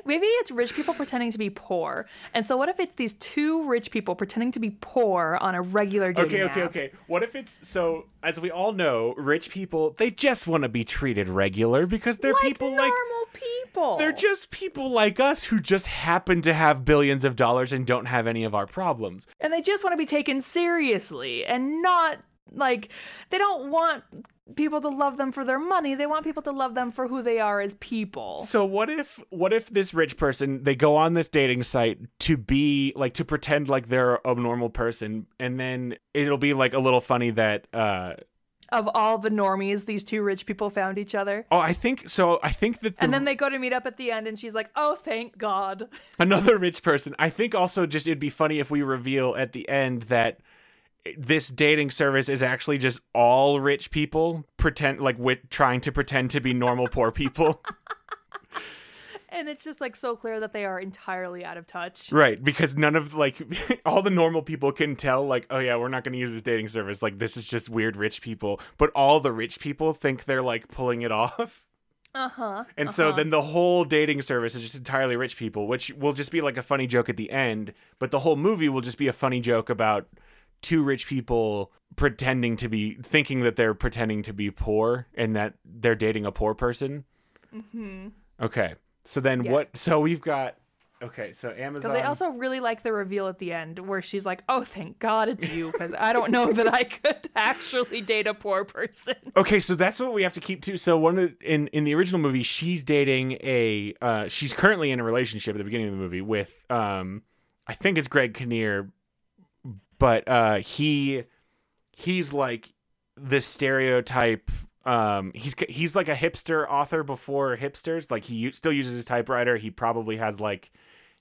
Speaker 3: Maybe it's rich people pretending to be poor. And so what if it's these two rich people pretending to be poor on a regular dating
Speaker 1: Okay, okay,
Speaker 3: app?
Speaker 1: okay. What if it's so? As we all know, rich people they just want to be treated regular because they're
Speaker 3: Like
Speaker 1: people
Speaker 3: normal
Speaker 1: like
Speaker 3: people.
Speaker 1: they're just people like us who just happen to have billions of dollars and don't have any of our problems.
Speaker 3: and they just want to be taken seriously and not like they don't want people to love them for their money. They want people to love them for who they are as people.
Speaker 1: So what if what if this rich person they go on this dating site to be like to pretend like they're a normal person and then it'll be like a little funny that uh
Speaker 3: Of all the normies, these two rich people found each other.
Speaker 1: oh I think so I think that the,
Speaker 3: And then they go to meet up at the end and she's like, "Oh, thank God." [laughs]
Speaker 1: another rich person. I think also just it'd be funny if we reveal at the end that this dating service is actually just all rich people pretend like with trying to pretend to be normal poor people.
Speaker 3: And it's just like so clear that they are entirely out of touch.
Speaker 1: right, because none of like [laughs] all the normal people can tell like oh yeah, we're not going to use this dating service. Like this is just weird rich people, but all the rich people think they're like pulling it [laughs] off.
Speaker 3: Uh-huh.
Speaker 1: And so then the whole dating service is just entirely rich people, which will just be like a funny joke at the end, but the whole movie will just be a funny joke about two rich people pretending to be thinking that they're pretending to be poor and that they're dating a poor person. Mhm. Okay. So then
Speaker 3: Yeah.
Speaker 1: what so we've got okay, so Amazon
Speaker 3: Because I also really like the reveal at the end where she's like, oh, thank God it's you, because I don't know [laughs] that I could actually date a poor person.
Speaker 1: Okay, so that's what we have to keep too. So one of the, in in the original movie, she's dating a uh, she's currently in a relationship at the beginning of the movie with um I think it's Greg Kinnear, but uh he he's like the stereotype um he's he's like a hipster author before hipsters like he u- still uses his typewriter he probably has like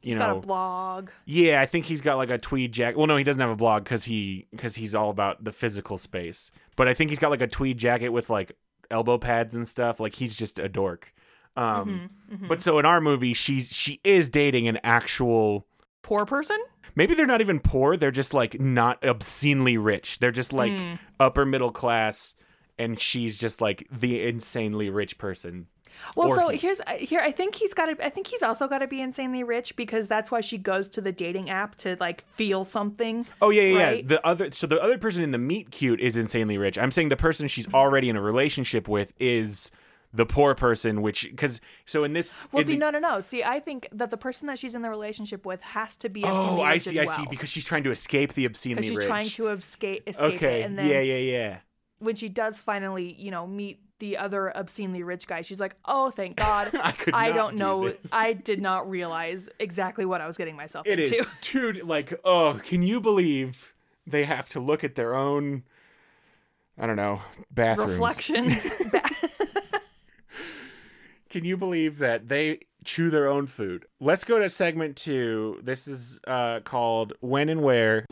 Speaker 1: you
Speaker 3: She's
Speaker 1: know
Speaker 3: got a blog.
Speaker 1: yeah, I think he's got like a tweed jacket. Well, no, he doesn't have a blog because he because he's all about the physical space. But I think he's got like a tweed jacket with like elbow pads and stuff. Like he's just a dork. Um, But so in our movie, she she is dating an actual.
Speaker 3: Poor person?
Speaker 1: Maybe they're not even poor. They're just like not obscenely rich. They're just like upper middle class, and she's just like the insanely rich person.
Speaker 3: Well,
Speaker 1: Or
Speaker 3: so
Speaker 1: he-
Speaker 3: here's I- here. I think he's got to. I think he's also got to be insanely rich because that's why she goes to the dating app to like feel something.
Speaker 1: Oh yeah, yeah,
Speaker 3: right?
Speaker 1: yeah. The other so the other person in the meet cute is insanely rich. I'm saying the person she's already in a relationship with is the poor person, which because so in this
Speaker 3: Well,
Speaker 1: in
Speaker 3: see,
Speaker 1: the-
Speaker 3: no, no, no. See, I think that the person that she's in the relationship with has to be.
Speaker 1: Oh,
Speaker 3: insanely
Speaker 1: I
Speaker 3: rich
Speaker 1: see, I
Speaker 3: as
Speaker 1: see.
Speaker 3: well.
Speaker 1: Because she's trying to escape the obscenely
Speaker 3: Because she's
Speaker 1: rich.
Speaker 3: trying to escape, escape
Speaker 1: Okay.
Speaker 3: it, and then
Speaker 1: yeah, yeah, yeah.
Speaker 3: when she does finally, you know, meet the other obscenely rich guy, she's like,
Speaker 1: [laughs]
Speaker 3: "Oh, thank God!
Speaker 1: I could not
Speaker 3: don't
Speaker 1: do
Speaker 3: know.
Speaker 1: this."
Speaker 3: I did not realize exactly what I was getting myself
Speaker 1: It
Speaker 3: into."
Speaker 1: is, dude. Like, oh, can you believe they have to look at their own? I don't know bathrooms.
Speaker 3: [laughs] Reflections. [laughs]
Speaker 1: Can you believe that they chew their own food? Let's go to segment two. This is uh, called When and Where.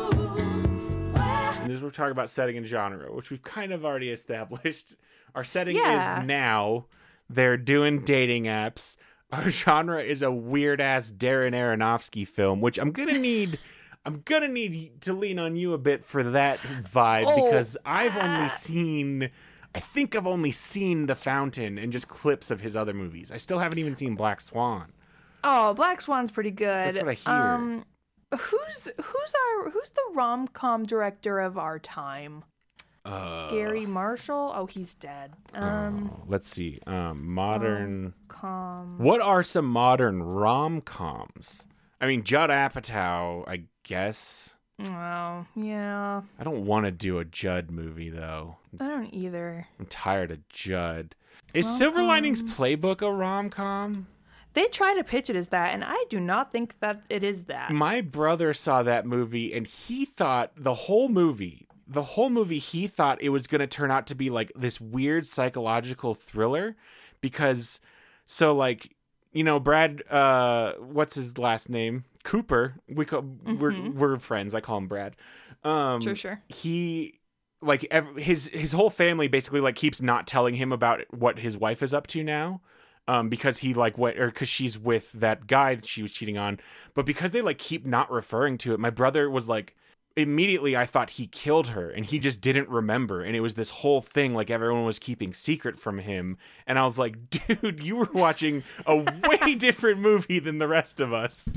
Speaker 1: And this is where we talk about setting and genre, which we've kind of already [laughs] established. Our setting
Speaker 3: Yeah.
Speaker 1: is now. They're doing dating apps. Our [laughs] genre is a weird ass Darren Aronofsky film, which I'm gonna
Speaker 3: [laughs]
Speaker 1: need. I'm gonna need to lean on you a bit for that vibe
Speaker 3: Oh,
Speaker 1: because I've only seen. I think I've only seen The Fountain and just clips of his other movies. I still haven't even seen Black Swan.
Speaker 3: oh, Black Swan's pretty good.
Speaker 1: That's what I hear.
Speaker 3: Um, who's who's our who's the rom com director of our time? Gary Marshall. Oh, he's dead. Um,
Speaker 1: Oh, Let's see. Um,
Speaker 3: Oh.
Speaker 1: modern.
Speaker 3: com.
Speaker 1: What are some modern rom coms? I mean, Judd Apatow, I guess.
Speaker 3: Oh, yeah.
Speaker 1: I don't want to do a Judd movie though.
Speaker 3: I don't either.
Speaker 1: I'm tired of Judd. Is Silver Linings Playbook a rom com?
Speaker 3: They try to pitch it as that, and I do not think that it is that.
Speaker 1: My brother saw that movie and he thought the whole movie, the whole movie, he thought it was going to turn out to be like this weird psychological thriller because, so like, you know, Brad, uh, what's his last name? Cooper. We call, we're, we're friends. I call him Brad. Um,
Speaker 3: Mm-hmm. Sure, sure.
Speaker 1: He, like, ev- his, his whole family basically like keeps not telling him about what his wife is up to now um, because he like went or because she's with that guy that she was cheating on. But because they like keep not referring to it, my brother was like immediately I thought he killed her and he just didn't remember and it was this whole thing like everyone was keeping secret from him and I was like [laughs] dude you were watching a way [laughs] different movie than the rest of us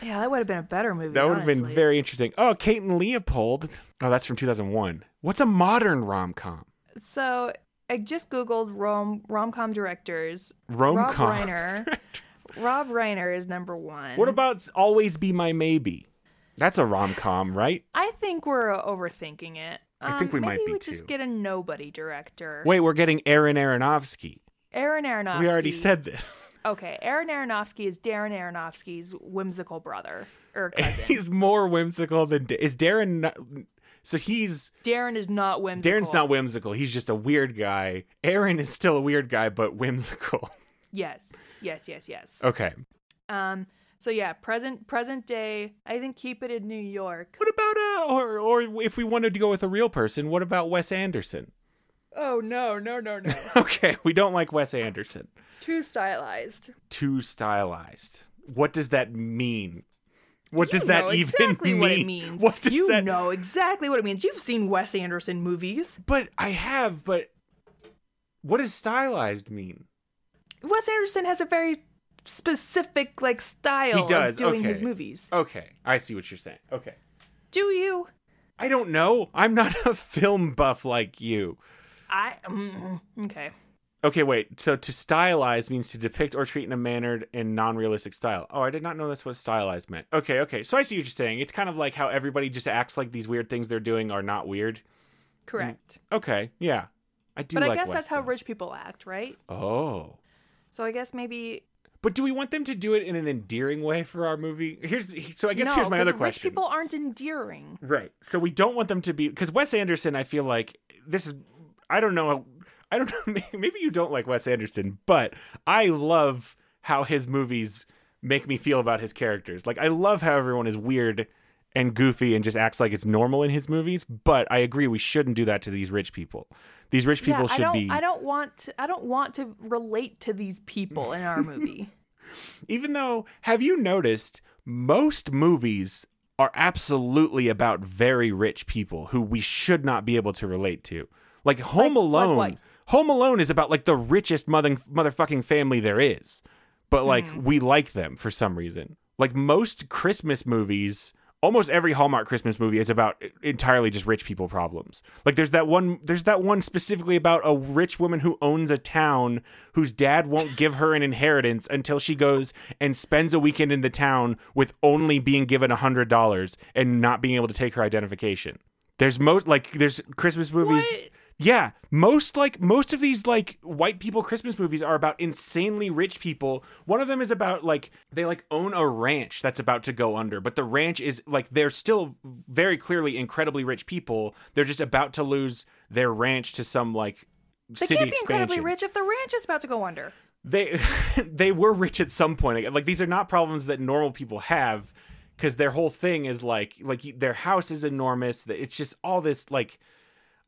Speaker 3: Yeah, that would have been a better movie.
Speaker 1: that would have been
Speaker 3: honestly.
Speaker 1: very interesting oh Kate and Leopold oh that's from 2001 what's a modern rom-com
Speaker 3: So I just googled rom rom com directors. Rob
Speaker 1: rom-com [laughs]
Speaker 3: Reiner. Rob Reiner is number one.
Speaker 1: what about Always Be My Maybe that's a rom-com right
Speaker 3: I think we're overthinking it.
Speaker 1: I think we
Speaker 3: Um,
Speaker 1: might
Speaker 3: maybe
Speaker 1: be
Speaker 3: we
Speaker 1: too.
Speaker 3: just get a nobody director.
Speaker 1: Wait, we're getting Aaron Aronofsky.
Speaker 3: Aaron Aronofsky.
Speaker 1: We already said
Speaker 3: [laughs]
Speaker 1: this.
Speaker 3: Okay, Aaron Aronofsky is Darren Aronofsky's whimsical brother or
Speaker 1: [laughs]
Speaker 3: uh, cousin.
Speaker 1: he's more whimsical than Da- is Darren. Not, so he's
Speaker 3: Darren is not whimsical.
Speaker 1: Darren's not whimsical. He's just a weird guy. Aaron is still a weird guy, but whimsical. [laughs]
Speaker 3: Yes, yes, yes, yes.
Speaker 1: Okay. Oh.
Speaker 3: Um. So yeah, present present day. I think keep it in New York.
Speaker 1: What about uh, or or if we wanted to go with a real person, what about Wes Anderson?
Speaker 3: Oh no, no,
Speaker 1: [laughs]
Speaker 3: no, no.
Speaker 1: Okay, we don't like Wes Anderson.
Speaker 3: Too stylized.
Speaker 1: Too stylized. What does that mean? What
Speaker 3: You
Speaker 1: does that
Speaker 3: know
Speaker 1: even
Speaker 3: exactly
Speaker 1: mean?
Speaker 3: what it means.
Speaker 1: What does
Speaker 3: you
Speaker 1: that
Speaker 3: know exactly what it means. You've seen Wes Anderson movies.
Speaker 1: But I have, but what does stylized mean?
Speaker 3: Wes Anderson has a very specific like style
Speaker 1: He does,
Speaker 3: of doing
Speaker 1: okay.
Speaker 3: his movies.
Speaker 1: Okay, I see what you're saying. Okay.
Speaker 3: Do you?
Speaker 1: I don't know. I'm not [laughs] a film buff like you.
Speaker 3: I mm, okay.
Speaker 1: Okay, wait. So to stylize means to depict or treat in a mannered and non-realistic style. Oh, I did not know that's what stylized meant. Okay, okay. So I see what you're saying. It's kind of like how everybody just acts like these weird things they're doing are not weird.
Speaker 3: Correct.
Speaker 1: Okay, yeah. I do
Speaker 3: But
Speaker 1: Mm, like
Speaker 3: I guess
Speaker 1: Wes,
Speaker 3: that's how
Speaker 1: though.
Speaker 3: rich people act, right?
Speaker 1: Oh.
Speaker 3: So I guess maybe
Speaker 1: But do we want them to do it in an endearing way for our movie? Here's so I guess
Speaker 3: no,
Speaker 1: here's my
Speaker 3: 'cause
Speaker 1: other
Speaker 3: rich
Speaker 1: question.
Speaker 3: people aren't endearing.
Speaker 1: Right. So we don't want them to be because Wes Anderson. I feel like this is. I don't know. I don't [laughs] know. Maybe you don't like Wes Anderson, but I love how his movies make me feel about his characters. Like I love how everyone is weird and goofy and just acts like it's normal in his movies. But I agree, we shouldn't do that to these rich people. These rich people
Speaker 3: yeah, I
Speaker 1: should
Speaker 3: don't.
Speaker 1: be.
Speaker 3: I don't want. To, I don't want to relate to these people in our movie.
Speaker 1: Even though, have you noticed most movies are absolutely about very rich people who we should not be able to relate to? Like Home
Speaker 3: like
Speaker 1: Alone.
Speaker 3: what?
Speaker 1: Home Alone is about like the richest mother motherfucking family there is, but like we like them for some reason. Like most Christmas movies, almost every Hallmark Christmas movie is about e, entirely just rich people problems. Like there's that one there's that one specifically about a rich woman who owns a town whose dad won't give her an inheritance until she goes and spends a weekend in the town with only being given $100 and not being able to take her identification. There's most like there's Christmas movies
Speaker 3: What?
Speaker 1: yeah, most like most of these like white people Christmas movies are about insanely rich people. One of them is about like they like own a ranch that's about to go under, but the ranch is like they're still very clearly incredibly rich people. They're just about to lose their ranch to some like [laughs]
Speaker 3: They
Speaker 1: city
Speaker 3: can't be incredibly
Speaker 1: expansion.
Speaker 3: rich if the ranch is about to go under.
Speaker 1: They [laughs] they were rich at some point. Like these are not problems that normal people have because their whole thing is like like their house is enormous. It's just all this like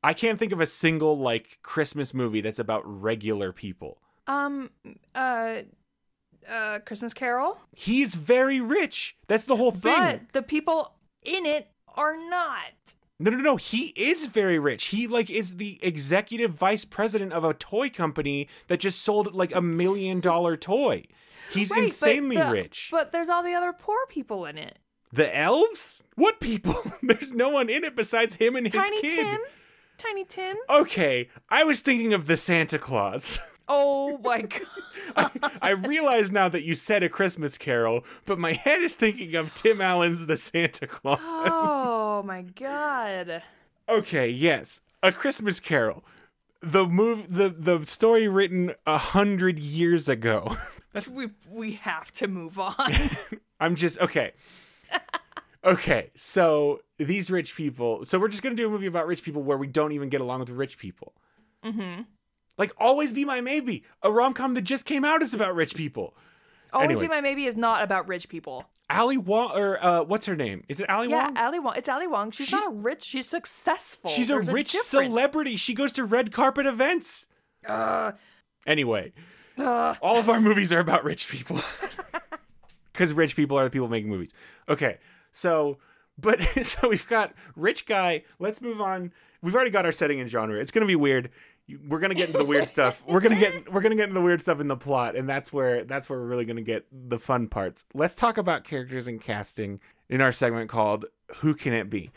Speaker 1: I can't think of a single like Christmas movie that's about regular people.
Speaker 3: Um. Uh. Uh. Christmas Carol.
Speaker 1: He's very rich. That's the whole thing.
Speaker 3: But the people in it are not.
Speaker 1: No, no, no. He is very rich. He like is the executive vice president of a toy company that just sold like a million dollar toy. He's
Speaker 3: Right, but
Speaker 1: insanely
Speaker 3: the-
Speaker 1: rich.
Speaker 3: But there's all the other poor people in it.
Speaker 1: the elves? What people? [laughs] There's no one in it besides him and
Speaker 3: Tiny
Speaker 1: his kid.
Speaker 3: Tim. Tiny Tim.
Speaker 1: Okay, I was thinking of the Santa Claus. [laughs]
Speaker 3: Oh [laughs] my god.
Speaker 1: I realize now that you said a Christmas Carol, but my [laughs] head is thinking of Tim Allen's The Santa Claus.
Speaker 3: [gasps] Oh my god.
Speaker 1: Okay, yes, a Christmas Carol, the move, the the story written a hundred years ago. [laughs]
Speaker 3: We we have to move [laughs] on.
Speaker 1: I'm just okay. Okay, so these rich people. So we're just gonna do a movie about rich people where we don't even get along with rich people. Mm-hmm. Like always, be my maybe. A rom com that just came out is about rich people.
Speaker 3: Always
Speaker 1: Anyway.
Speaker 3: be my maybe is not about rich people.
Speaker 1: Ali Wong, or uh, what's her name? Is it Ali
Speaker 3: Yeah,
Speaker 1: Wong?
Speaker 3: Ali Wong. It's Ali Wong. She's,
Speaker 1: She's-
Speaker 3: not a rich. She's successful.
Speaker 1: She's
Speaker 3: There's
Speaker 1: a rich
Speaker 3: difference.
Speaker 1: celebrity. She goes to red carpet events.
Speaker 3: Uh.
Speaker 1: anyway, all of our movies are about rich
Speaker 3: [laughs]
Speaker 1: people. Because rich people are the people making movies. Okay, so, but, [laughs] so we've got rich guy. Let's move on. We've already got our setting and genre. It's going to be weird. You- We're gonna get into the weird stuff. We're gonna get we're gonna get into the weird stuff in the plot, and that's where that's where we're really gonna get the fun parts. Let's talk about characters and casting in our segment called "Who Can It Be."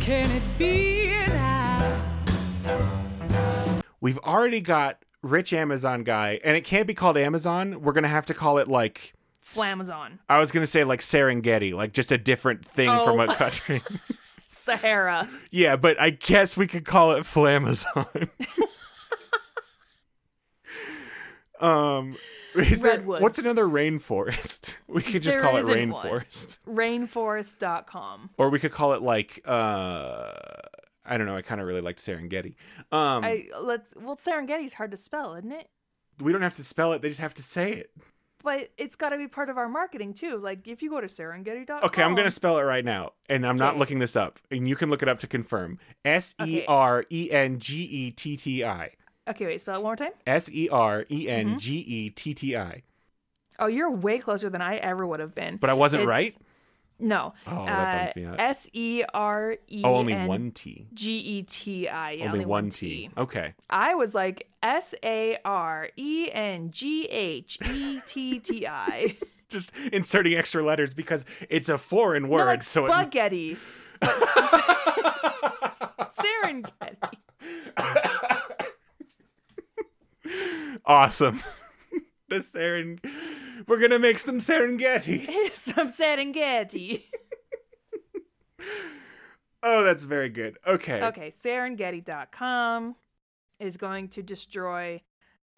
Speaker 2: Can it be now?
Speaker 1: we've already got rich Amazon guy, and it can't be called Amazon. We're gonna have to call it like
Speaker 3: Flamazon.
Speaker 1: I was gonna say like Serengeti, like just a different thing from
Speaker 3: Oh.
Speaker 1: a country. [laughs]
Speaker 3: [laughs] Sahara.
Speaker 1: yeah, but I guess we could call it Flamazon. [laughs] um, is there-
Speaker 3: Redwoods.
Speaker 1: what's another rainforest? [laughs] We could just
Speaker 3: There
Speaker 1: call it
Speaker 3: isn't one.
Speaker 1: rainforest,
Speaker 3: Rainforest.com.
Speaker 1: or we could call it like uh, I don't know. I kind of really liked Serengeti. Um,
Speaker 3: I let well Serengeti's hard to spell, isn't it?
Speaker 1: we don't have to spell it; they just have to say it.
Speaker 3: But it's got to be part of our marketing too. Like if you go to serengeti.com.
Speaker 1: Okay, I'm gonna spell it right now, and I'm not
Speaker 3: Oh. Okay.
Speaker 1: looking this up, and you can look it up to confirm. S e
Speaker 3: Okay. Mm-hmm.
Speaker 1: r e n g e t t i.
Speaker 3: Okay, wait, spell it one more time.
Speaker 1: S e r e n g e t t i.
Speaker 3: Oh, you're way closer than I ever would have been.
Speaker 1: But I wasn't
Speaker 3: It's-
Speaker 1: right.
Speaker 3: No.
Speaker 1: Oh, that bums me out.
Speaker 3: S E R E.
Speaker 1: Oh, only one t.
Speaker 3: G E T I. yeah,
Speaker 1: Oh, Only, one t. Okay.
Speaker 3: I was like S A R E N G H E T T I. [laughs]
Speaker 1: Just inserting extra letters because it's a foreign word,
Speaker 3: Not like
Speaker 1: so it, [laughs]
Speaker 3: spaghetti. but
Speaker 1: [laughs]
Speaker 3: [laughs] Serengeti.
Speaker 1: awesome. [laughs] the Seren. We're gonna make some Serengeti.
Speaker 3: [laughs] Some Serengeti.
Speaker 1: Oh, that's very good. Okay.
Speaker 3: Okay, Serengeti.com is going to destroy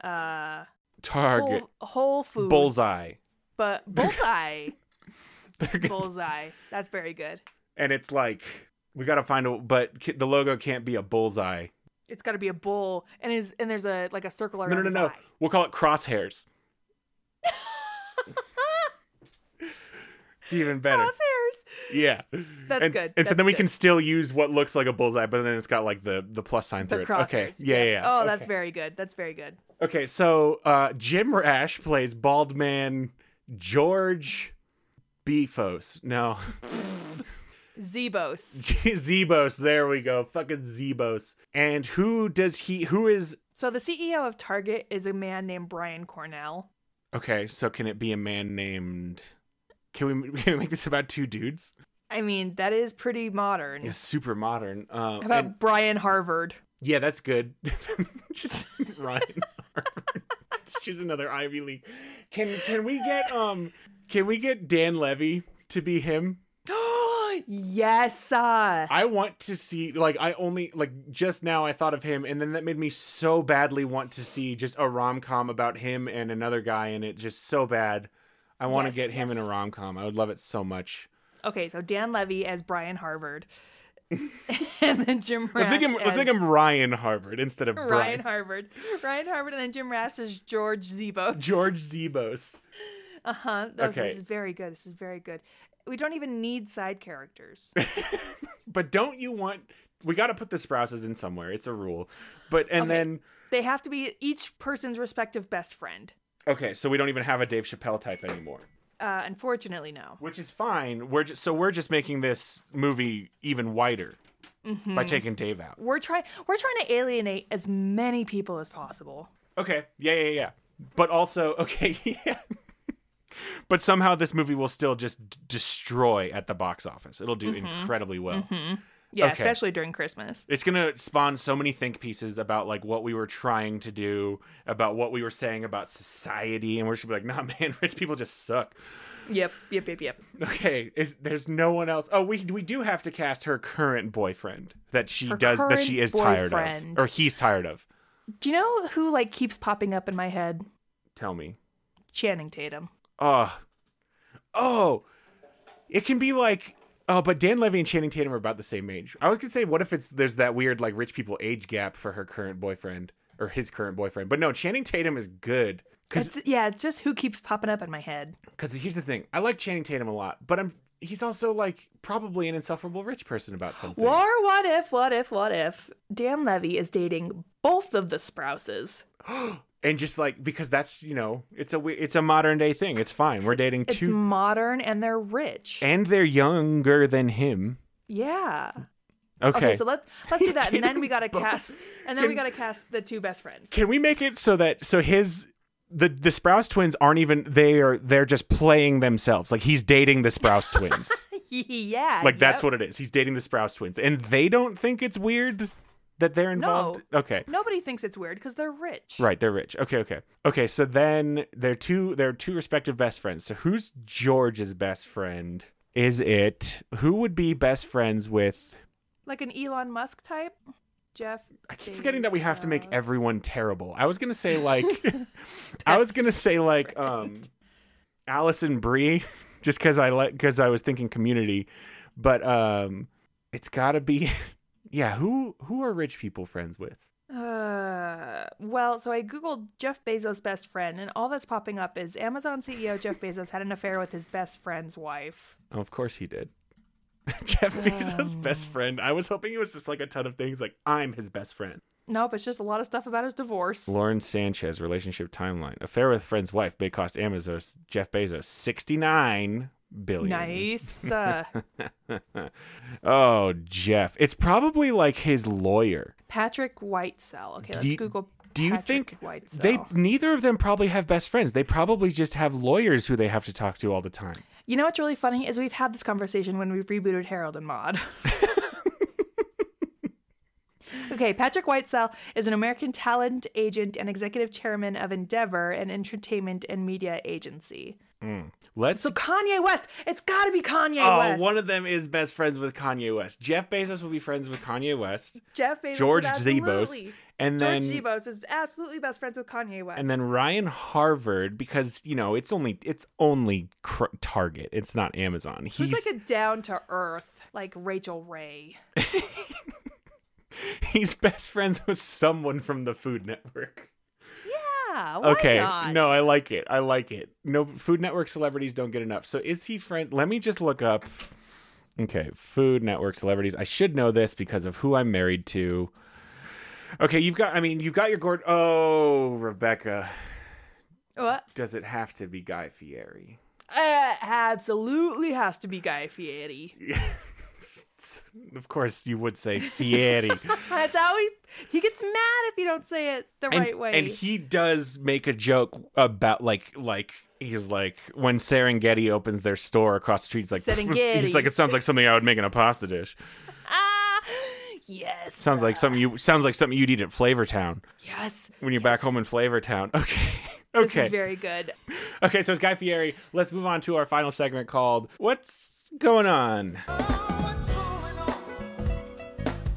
Speaker 3: uh
Speaker 1: Target.
Speaker 3: whole, whole Foods.
Speaker 1: Bullseye. [laughs]
Speaker 3: But bullseye.
Speaker 1: They're gonna
Speaker 3: bullseye. That's very good.
Speaker 1: and it's like we gotta find a but ca- the logo can't be a bullseye
Speaker 3: It's got to be a bull, and is and there's a like a circle around.
Speaker 1: no no no
Speaker 3: his
Speaker 1: no
Speaker 3: eye.
Speaker 1: we'll call it crosshairs it's even better
Speaker 3: Crosshairs.
Speaker 1: Yeah.
Speaker 3: That's
Speaker 1: and,
Speaker 3: good.
Speaker 1: And so
Speaker 3: That's
Speaker 1: then we
Speaker 3: good.
Speaker 1: can still use what looks like a bullseye, but then it's got like the the plus sign
Speaker 3: The
Speaker 1: through it.
Speaker 3: crossers.
Speaker 1: Okay. Yeah, yeah. yeah.
Speaker 3: Oh,
Speaker 1: okay.
Speaker 3: that's very good. That's very good.
Speaker 1: Okay, so uh Jim Rash plays bald man George Befos. No. [laughs]
Speaker 3: Zebos.
Speaker 1: Zebos, there we go. Fucking Zebos. And who does he who is
Speaker 3: So the CEO of Target is a man named Brian Cornell.
Speaker 1: Okay, so can it be a man named Can we [laughs] can we make this about two dudes?
Speaker 3: I mean, that is pretty modern.
Speaker 1: It's super modern. Um
Speaker 3: How about
Speaker 1: and-
Speaker 3: Brian Harvard? [gasps]
Speaker 1: Yeah, that's good. [laughs] Just Ryan Harvard. [laughs] Just choose another Ivy League. Can can we get um can we get Dan Levy to be him?
Speaker 3: yes. Uh,
Speaker 1: I want to see like I only like just now I thought of him and then that made me so badly want to see just a rom com about him and another guy in it just so bad. I want
Speaker 3: Yes,
Speaker 1: to get him in a rom com. I would love it so much.
Speaker 3: okay, so Dan Levy as Brian Harvard. [laughs] and then Jim Rash
Speaker 1: Let's make him let's
Speaker 3: as
Speaker 1: make him Ryan Harvard instead of
Speaker 3: Ryan
Speaker 1: Brian.
Speaker 3: Harvard. Ryan Harvard and then Jim Rash as George Zebos.
Speaker 1: George Zebos.
Speaker 3: [laughs] Uh-huh. Oh,
Speaker 1: Okay.
Speaker 3: This is very good. This is very good. We don't even need side characters. [laughs]
Speaker 1: But don't you want? We got to put the Sprouses in somewhere. It's a rule. But and then
Speaker 3: they have to be each person's respective best friend.
Speaker 1: okay, so we don't even have a Dave Chappelle type anymore,
Speaker 3: Uh, unfortunately, no.
Speaker 1: which is fine. We're just, so we're just making this movie even whiter by taking Dave out.
Speaker 3: We're trying. We're trying to alienate as many people as possible.
Speaker 1: Okay, yeah, yeah, yeah. But also, [laughs] okay, yeah. but somehow this movie will still just d- destroy at the box office. It'll do incredibly well.
Speaker 3: Yeah,
Speaker 1: Okay.
Speaker 3: especially during Christmas.
Speaker 1: it's gonna spawn so many think pieces about like what we were trying to do, about what we were saying about society, and we're just gonna be like, nah, [laughs] man, rich people just suck.
Speaker 3: Yep. Yep. Yep. Yep.
Speaker 1: Okay, is, there's no one else. Oh, we we do have to cast her current boyfriend that she
Speaker 3: Her
Speaker 1: does that
Speaker 3: current
Speaker 1: she is tired
Speaker 3: boyfriend.
Speaker 1: of, or he's tired of.
Speaker 3: Do you know who like keeps popping up in my head?
Speaker 1: Tell me.
Speaker 3: Channing Tatum.
Speaker 1: Oh, oh, it can be like. Oh, but Dan Levy and Channing Tatum are about the same age. I was gonna say, what if it's there's that weird like rich people age gap for her current boyfriend or his current boyfriend? But no, Channing Tatum is good because
Speaker 3: It's, yeah, it's just who keeps popping up in my head.
Speaker 1: Because here's the thing, I like Channing Tatum a lot, but I'm he's also like probably an insufferable rich person about something.
Speaker 3: Or what if? What if? What if? Dan Levy is dating both of the Sprouses.
Speaker 1: And just like because that's you know it's a we- it's a modern day thing. It's fine. We're dating
Speaker 3: It's
Speaker 1: two,
Speaker 3: modern and they're rich.
Speaker 1: and they're younger than him.
Speaker 3: yeah.
Speaker 1: Okay.
Speaker 3: Okay, so let's let's do
Speaker 1: He's
Speaker 3: that, and then we
Speaker 1: dating
Speaker 3: gotta
Speaker 1: both.
Speaker 3: cast, and then we
Speaker 1: Can-
Speaker 3: gotta cast the two best friends.
Speaker 1: Can we make it so that so his the the Sprouse twins aren't even they are they're just playing themselves. Like he's dating the Sprouse twins.
Speaker 3: [laughs] yeah,
Speaker 1: Like that's
Speaker 3: yep.
Speaker 1: what it is. He's dating the Sprouse twins, and they don't think it's weird that they're involved. Okay.
Speaker 3: nobody thinks it's weird because they're rich.
Speaker 1: Right, they're rich. Okay, okay. Okay, so then they're two they're two respective best friends. So who's George's best friend? Is it who would be best friends with
Speaker 3: Like an Elon Musk type, Jeff.
Speaker 1: I keep forgetting that we have to make everyone terrible. I was gonna say like [laughs] I was gonna say like um Allison Brie, [laughs] just cause I like cause I was thinking community. But um it's gotta be [laughs] yeah, who who are rich people friends with?
Speaker 3: Uh, well, so I googled Jeff Bezos' best friend, and all that's popping up is Amazon CEO Jeff Bezos had an affair with his best friend's wife.
Speaker 1: Oh, of course he did. [laughs] Jeff Bezos' best friend. I was hoping it was just like a ton of things like I'm his best friend.
Speaker 3: Nope, it's just a lot of stuff about his divorce.
Speaker 1: Lauren Sanchez, relationship timeline. Affair with friend's wife, big cost Amazon, Jeff Bezos, 69 billion. [laughs]
Speaker 3: Nice. Uh,
Speaker 1: Oh, Jeff. It's probably like his lawyer.
Speaker 3: Patrick Whitesell. Okay, let's
Speaker 1: Do you-
Speaker 3: Google.
Speaker 1: Do you
Speaker 3: Patrick
Speaker 1: think
Speaker 3: Whitesell.
Speaker 1: they neither of them probably have best friends. They probably just have lawyers who they have to talk to all the time.
Speaker 3: You know what's really funny is we've had this conversation when we rebooted Harold
Speaker 1: [laughs]
Speaker 3: and Maude. okay, Patrick Whitesell is an American talent agent and executive chairman of Endeavor, an entertainment and media agency.
Speaker 1: Let's
Speaker 3: So Kanye West, it's got to be Kanye
Speaker 1: Oh,
Speaker 3: West.
Speaker 1: one of them is best friends with Kanye West. Jeff Bezos will be friends with Kanye West.
Speaker 3: Jeff Bezos,
Speaker 1: George
Speaker 3: is
Speaker 1: Zebos,
Speaker 3: absolutely-
Speaker 1: and then
Speaker 3: George Zebos is absolutely best friends with Kanye West.
Speaker 1: and then Ryan Harvard because you know it's only it's only cr- Target. It's not Amazon.
Speaker 3: who's
Speaker 1: He's
Speaker 3: like a down to earth, like Rachel Ray.
Speaker 1: [laughs] he's best friends with someone from the Food Network.
Speaker 3: Yeah, why
Speaker 1: Okay,
Speaker 3: not?
Speaker 1: no, I like it. I like it. No Food Network celebrities don't get enough. So is he friend? Let me just look up Okay, Food Network celebrities. I should know this because of who I'm married to. Okay, you've got. I mean, you've got your Gordon. Oh, Rebecca.
Speaker 3: What?
Speaker 1: Does it have to be Guy Fieri?
Speaker 3: Uh, absolutely has to be Guy Fieri.
Speaker 1: Of course, you would
Speaker 3: [laughs]
Speaker 1: say Fieri.
Speaker 3: That's how he he gets mad if you don't say it the
Speaker 1: and,
Speaker 3: right way.
Speaker 1: and he does make a joke about like like he's like when Serengeti opens their store across the street. He's like
Speaker 3: Serengeti.
Speaker 1: [laughs] He's like it sounds like something I would make in a pasta dish.
Speaker 3: ah, yes.
Speaker 1: Sounds like something you sounds like something you'd eat at Flavortown
Speaker 3: yes.
Speaker 1: when you're back home in Flavortown. [laughs] Okay.
Speaker 3: This
Speaker 1: Okay.
Speaker 3: is very good.
Speaker 1: okay, so it's Guy Fieri. Let's move on to our final segment called What's Going On?
Speaker 5: What's going on?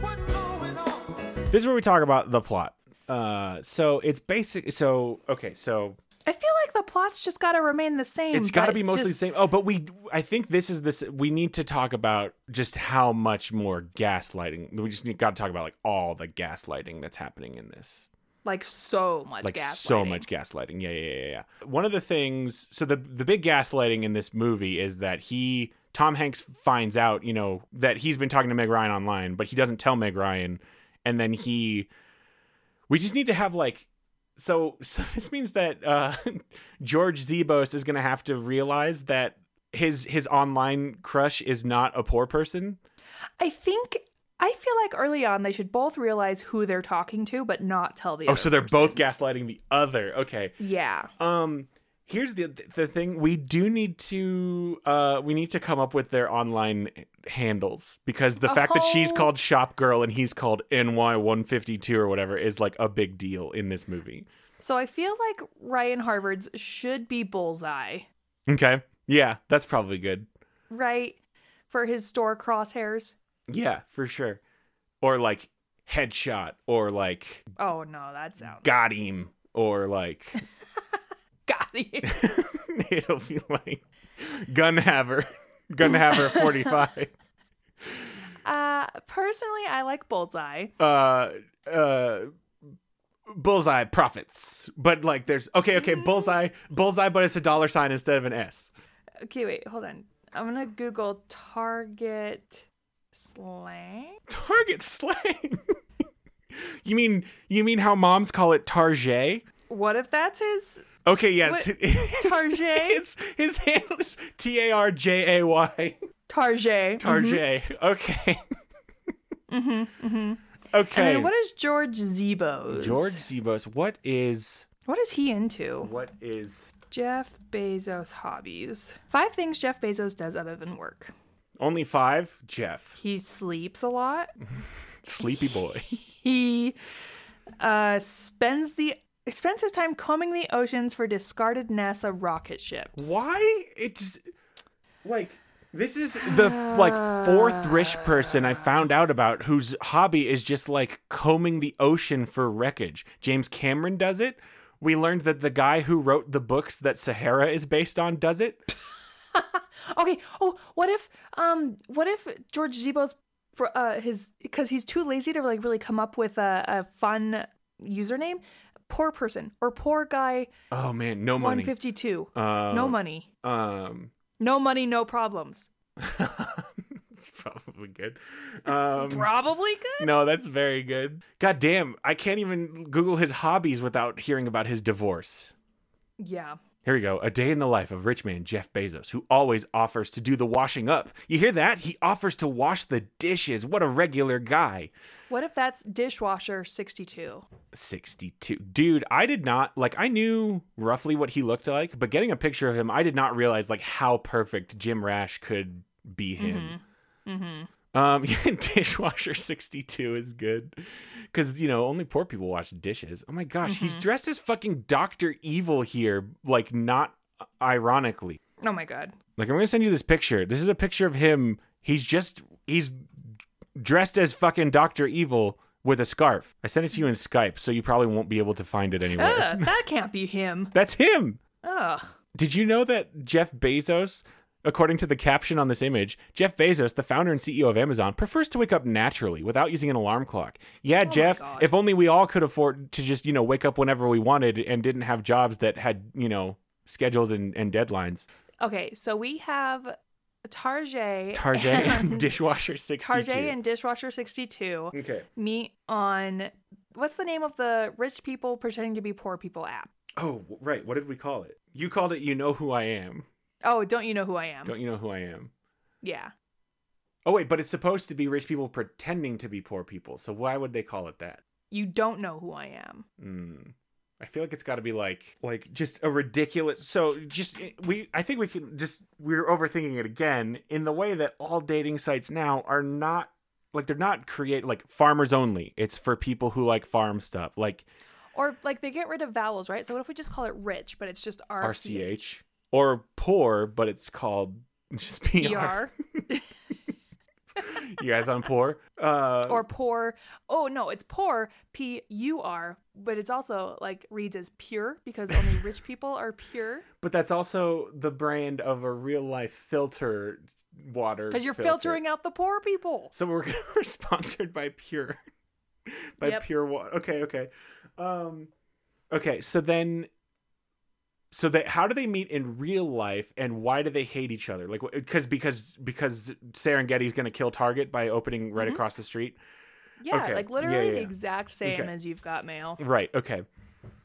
Speaker 5: What's going on?
Speaker 1: This is where we talk about the plot. Uh so it's basic so okay, so
Speaker 3: I feel like the plot's just got to remain the same.
Speaker 1: It's got to
Speaker 3: Mm, but
Speaker 1: be mostly the
Speaker 3: just-
Speaker 1: same. Oh, but we, I think this is this. We need to talk about just how much more gaslighting. We just need, got to talk about like all the gaslighting that's happening in this.
Speaker 3: like so much
Speaker 1: Like
Speaker 3: gaslighting.
Speaker 1: so much gaslighting. Yeah, yeah, yeah, yeah. One of the things. So the the big gaslighting in this movie is that he Tom Hanks finds out, you know, that he's been talking to Meg Ryan online, but he doesn't tell Meg Ryan, and then he. We just need to have like so so [laughs] this means that uh [laughs] George Zebos is going to have to realize that his his online crush is not a poor person.
Speaker 3: I think I feel like early on they should both realize who they're talking to, but not tell the.
Speaker 1: Oh,
Speaker 3: other
Speaker 1: so they're
Speaker 3: person.
Speaker 1: both gaslighting the other. Okay.
Speaker 3: Yeah.
Speaker 1: Um here's the the thing we do need to uh we need to come up with their online handles because the fact that she's
Speaker 3: Oh.
Speaker 1: called shop girl and he's called NY152 or whatever is like a big deal in this movie.
Speaker 3: So I feel like Ryan Harvard's should be bullseye,
Speaker 1: Okay. Yeah, that's probably good.
Speaker 3: right? For his store crosshairs.
Speaker 1: Yeah, for sure. Or like headshot or like
Speaker 3: Oh no, that sounds
Speaker 1: got him or like [laughs]
Speaker 3: [laughs] got you.
Speaker 1: it'll be like gun haver gun haver 45
Speaker 3: Uh, personally, I like bullseye.
Speaker 1: uh uh bullseye profits but like there's okay okay bullseye bullseye but it's a dollar sign instead of an s
Speaker 3: Okay, wait, hold on. I'm gonna Google Target slang.
Speaker 1: target slang [laughs] you mean you mean how moms call it target
Speaker 3: What if that's his
Speaker 1: okay yes
Speaker 3: Target?
Speaker 1: [laughs] it's his handle is
Speaker 3: Mm-hmm.
Speaker 1: t-a-r-j-a-y
Speaker 3: Target.
Speaker 1: Tarjay. Okay. mm-hmm, Okay.
Speaker 3: Mm-hmm, And what is George Zebos?
Speaker 1: George Zebos? What is
Speaker 3: What is he into?
Speaker 1: what is
Speaker 3: Jeff Bezos hobbies. Five things Jeff Bezos does other than work.
Speaker 1: only five? Jeff,
Speaker 3: He sleeps a lot.
Speaker 1: sleepy boy.
Speaker 3: He uh, spends the spends his time combing the oceans for discarded NASA rocket ships.
Speaker 1: Why? It's like this is the like
Speaker 3: [sighs]
Speaker 1: fourth rich person I found out about whose hobby is just like combing the ocean for wreckage. James Cameron does it. We learned that the guy who wrote the books that Sahara is based on does it.
Speaker 3: Okay. Oh, what if um, what if George Zebos, fr- uh, his because he's too lazy to like really come up with a, a fun username, poor person or poor guy
Speaker 1: Oh man, no
Speaker 3: one
Speaker 1: money.
Speaker 3: fifty two,
Speaker 1: Uh,
Speaker 3: no money,
Speaker 1: Um, [laughs]
Speaker 3: no money, no problems.
Speaker 1: it's probably good. Um,
Speaker 3: Probably good.
Speaker 1: no, that's very good. God damn, I can't even Google his hobbies without hearing about his divorce.
Speaker 3: Yeah.
Speaker 1: Here we go. A day in the life of rich man Jeff Bezos, who always offers to do the washing up. You hear that? He offers to wash the dishes. What a regular guy.
Speaker 3: What if that's dishwasher sixty two?
Speaker 1: 62. Dude, I did not like I knew roughly what he looked like, but getting a picture of him, I did not realize like how perfect Jim Rash could be him. Um, [laughs] dishwasher 62 is good because you know only poor people wash dishes. Oh my gosh, he's dressed as fucking Doctor Evil here, like not ironically.
Speaker 3: Oh my god.
Speaker 1: Like I'm gonna send you this picture. This is a picture of him. He's just he's dressed as fucking Doctor Evil with a scarf. I sent it to you in Skype, so you probably won't be able to find it anywhere.
Speaker 3: Ugh, that can't be him.
Speaker 1: That's him.
Speaker 3: Ugh.
Speaker 1: Did you know that Jeff Bezos, according to the caption on this image, Jeff Bezos, the founder and CEO of Amazon, prefers to wake up naturally without using an alarm clock. Yeah, Jeff,
Speaker 3: Oh God.
Speaker 1: if only we all could afford to just, you know, wake up whenever we wanted and didn't have
Speaker 3: [laughs]
Speaker 1: jobs that had, you know, schedules and, and deadlines.
Speaker 3: Okay, so we have Tarjay
Speaker 1: Tarjay [laughs]
Speaker 3: [laughs]
Speaker 1: and dishwasher 62.
Speaker 3: Tarjay and Dishwasher 62
Speaker 1: okay.
Speaker 3: meet on what's the name of the rich people pretending to be poor people app?
Speaker 1: Oh, right. What did we call it? You called it "You Know Who I Am."
Speaker 3: Oh, don't you know who I am?
Speaker 1: Don't you know who I am?
Speaker 3: Yeah.
Speaker 1: Oh wait, but it's supposed to be rich people pretending to be poor people. So why would they call it that?
Speaker 3: You don't know who I am.
Speaker 1: Mm. I feel like it's got to be like like just a ridiculous. So just eh, we I think we can just we're overthinking it again in the way that all dating sites now are not like they're not create like farmers only. It's for people who like farm stuff, like
Speaker 3: Or like they get rid of vowels, right? So what if we just call it rich, but it's just R
Speaker 1: RCH or poor, but it's called [laughs] just
Speaker 3: E
Speaker 1: PR. [laughs]
Speaker 3: PR
Speaker 1: You guys on poor? Uh,
Speaker 3: or poor. Oh no, it's poor P U R, but it's also like reads as pure because only rich people are
Speaker 1: [laughs]
Speaker 3: pure.
Speaker 1: But that's also the brand of a real life filter water.
Speaker 3: Because you're filtering out the poor people.
Speaker 1: So we're, [laughs] we're sponsored by Pure, [laughs] by
Speaker 3: Yep.
Speaker 1: Pure Water. Okay, okay, um, okay. So then, so that how do they meet in real life, and why do they hate each other? Like, because because because Serengeti's gonna kill Target by opening
Speaker 3: Mm-hmm.
Speaker 1: right across the street.
Speaker 3: Yeah,
Speaker 1: Okay.
Speaker 3: like
Speaker 1: Yeah,
Speaker 3: literally
Speaker 1: yeah,
Speaker 3: the
Speaker 1: yeah.
Speaker 3: exact same
Speaker 1: Okay.
Speaker 3: as you've got mail.
Speaker 1: Right. Okay.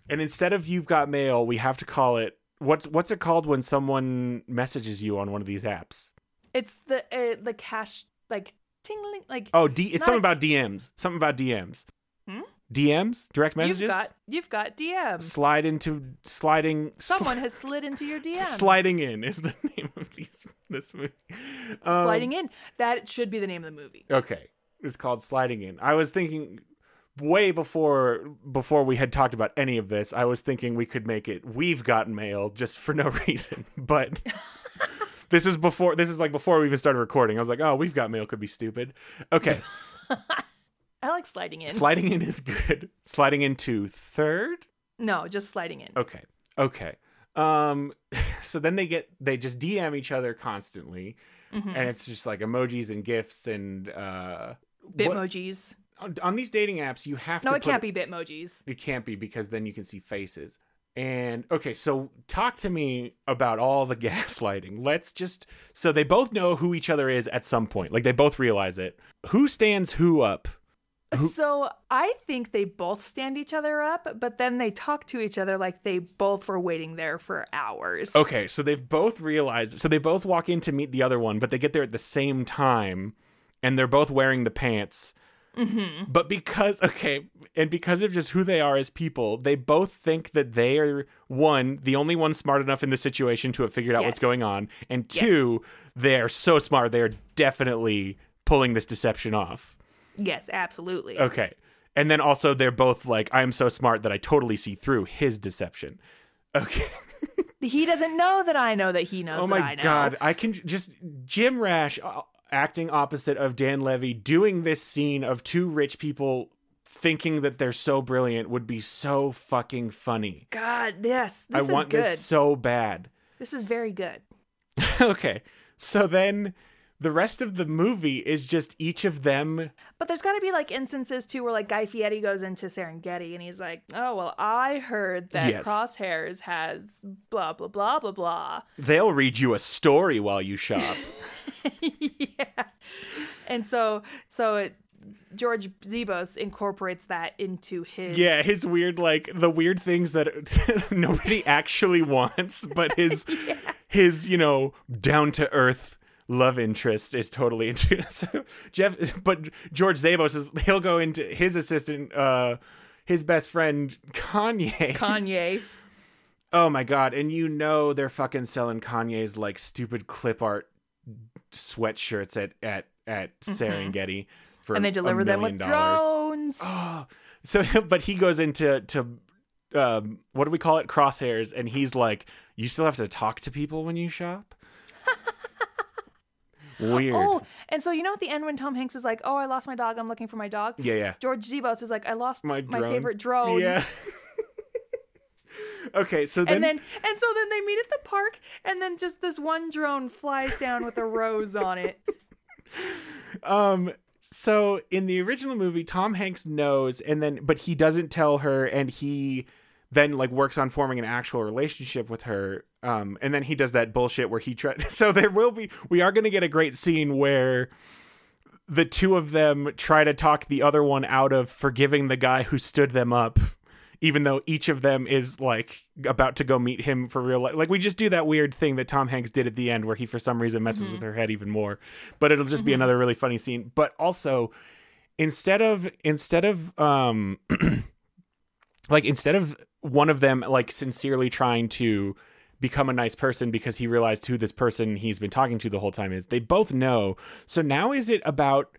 Speaker 1: And instead of you've got mail, we have to call it what's what's it called when someone messages you on one of these apps?
Speaker 3: It's the uh, the cash like tingling like
Speaker 1: Oh, D- it's
Speaker 3: Not
Speaker 1: something
Speaker 3: a-
Speaker 1: about DMs. Something about DMs.
Speaker 3: Hmm?
Speaker 1: DMs, direct messages.
Speaker 3: You've got you've got DMs.
Speaker 1: slide into sliding. sli- [laughs]
Speaker 3: Someone has slid into your DMs.
Speaker 1: sliding in is the [laughs] name of these, this movie. Um,
Speaker 3: sliding in. That should be the name of the movie.
Speaker 1: Okay, it's called sliding in. I was thinking way before before we had talked about any of this. I was thinking we could make it. We've got mail just for no [laughs] reason, but. This is before. This is like before we even started recording. I was like, "Oh, we've got mail. Could be stupid." Okay,
Speaker 3: I like sliding in.
Speaker 1: sliding in is good. Sliding into third.
Speaker 3: no, just sliding in.
Speaker 1: Okay. Okay. Um [laughs] so then they get they just DM each other constantly and it's just like emojis and gifs and uh what-
Speaker 3: Bitmojis.
Speaker 1: on- on these dating apps you have
Speaker 3: No,
Speaker 1: to
Speaker 3: it
Speaker 1: put-
Speaker 3: can't be Bitmojis.
Speaker 1: It can't be because then you can see faces. And okay, so talk to me about all the [laughs] gaslighting. Let's just so they both know who each other is at some point. Like they both realize it. Who stands who up?
Speaker 3: So I think they both stand each other up, but then they talk to each other like they both were waiting there for hours.
Speaker 1: Okay, so they've both realized. So they both walk in to meet the other one, but they get there at the same time, and they're both wearing the pants. Mm-hmm. But because okay, and because of just who they are as people, they both think that they are one, the only one smart enough in the situation to have figured out what's
Speaker 3: Yes.
Speaker 1: going on, and two, they are so smart they are definitely pulling this deception off.
Speaker 3: Yes, absolutely.
Speaker 1: Okay, and then also they're both like, "I am so smart that I totally see through his deception." Okay.
Speaker 3: He doesn't know that I know that he knows
Speaker 1: Oh my
Speaker 3: that I know.
Speaker 1: god, I can j- just Jim Rash uh, acting opposite of Dan Levy doing this scene of two rich people thinking that they're so brilliant would be so fucking funny.
Speaker 3: God, yes. This
Speaker 1: I
Speaker 3: is
Speaker 1: want
Speaker 3: good.
Speaker 1: this so bad. [laughs]
Speaker 3: This is very good.
Speaker 1: okay. So then the rest of the movie is just each of them
Speaker 3: But there's got to be like instances too where like Guy Fieri goes into Serengeti and he's like, "Oh well, I heard that
Speaker 1: Yes.
Speaker 3: Crosshairs has blah blah blah blah blah." [laughs]
Speaker 1: they'll read you a story while you shop.
Speaker 3: yeah. And so so it, George Zebos incorporates that into his
Speaker 1: yeah, his weird like the weird things that [laughs] nobody actually wants, but
Speaker 3: [laughs]
Speaker 1: his his, you know, down to earth love interest is totally into [laughs] so Jeff but George Zabos is he'll go into his assistant uh his best friend Kanye. [laughs]
Speaker 3: Kanye.
Speaker 1: oh my god, and you know they're fucking selling Kanye's like stupid clip art sweatshirts at at at Serengeti for
Speaker 3: Mm-hmm. And they
Speaker 1: a
Speaker 3: deliver them
Speaker 1: million
Speaker 3: with
Speaker 1: dollars.
Speaker 3: drones.
Speaker 1: Oh, so [laughs] but he goes into to um, what do we call it? Crosshairs, and he's like, "You still have to talk to people when you shop." Weird.
Speaker 3: [laughs] Oh, and so you know at the end when Tom Hanks is like, "Oh, I lost my dog. I'm looking for my dog."
Speaker 1: Yeah, yeah.
Speaker 3: George Zebos is like, "I lost
Speaker 1: My
Speaker 3: my,
Speaker 1: drone.
Speaker 3: favorite drone." [laughs]
Speaker 1: Yeah. okay, so then,
Speaker 3: And then and so then they meet at the park and then just this one drone flies down with a rose on it.
Speaker 1: um so in the original movie Tom Hanks knows and then but he doesn't tell her and he then like works on forming an actual relationship with her. Um, and then he does that bullshit where he tries. [laughs] So there will be. We are going to get a great scene where the two of them try to talk the other one out of forgiving the guy who stood them up, even though each of them is like about to go meet him for real life. Like we just do that weird thing that Tom Hanks did at the end where he for some reason messes with her head even more. But it'll just be another really funny scene. But also instead of instead of um [clears throat] like instead of one of them like sincerely trying to become a nice person because he realized who this person he's been talking to the whole time is they both know so now is it about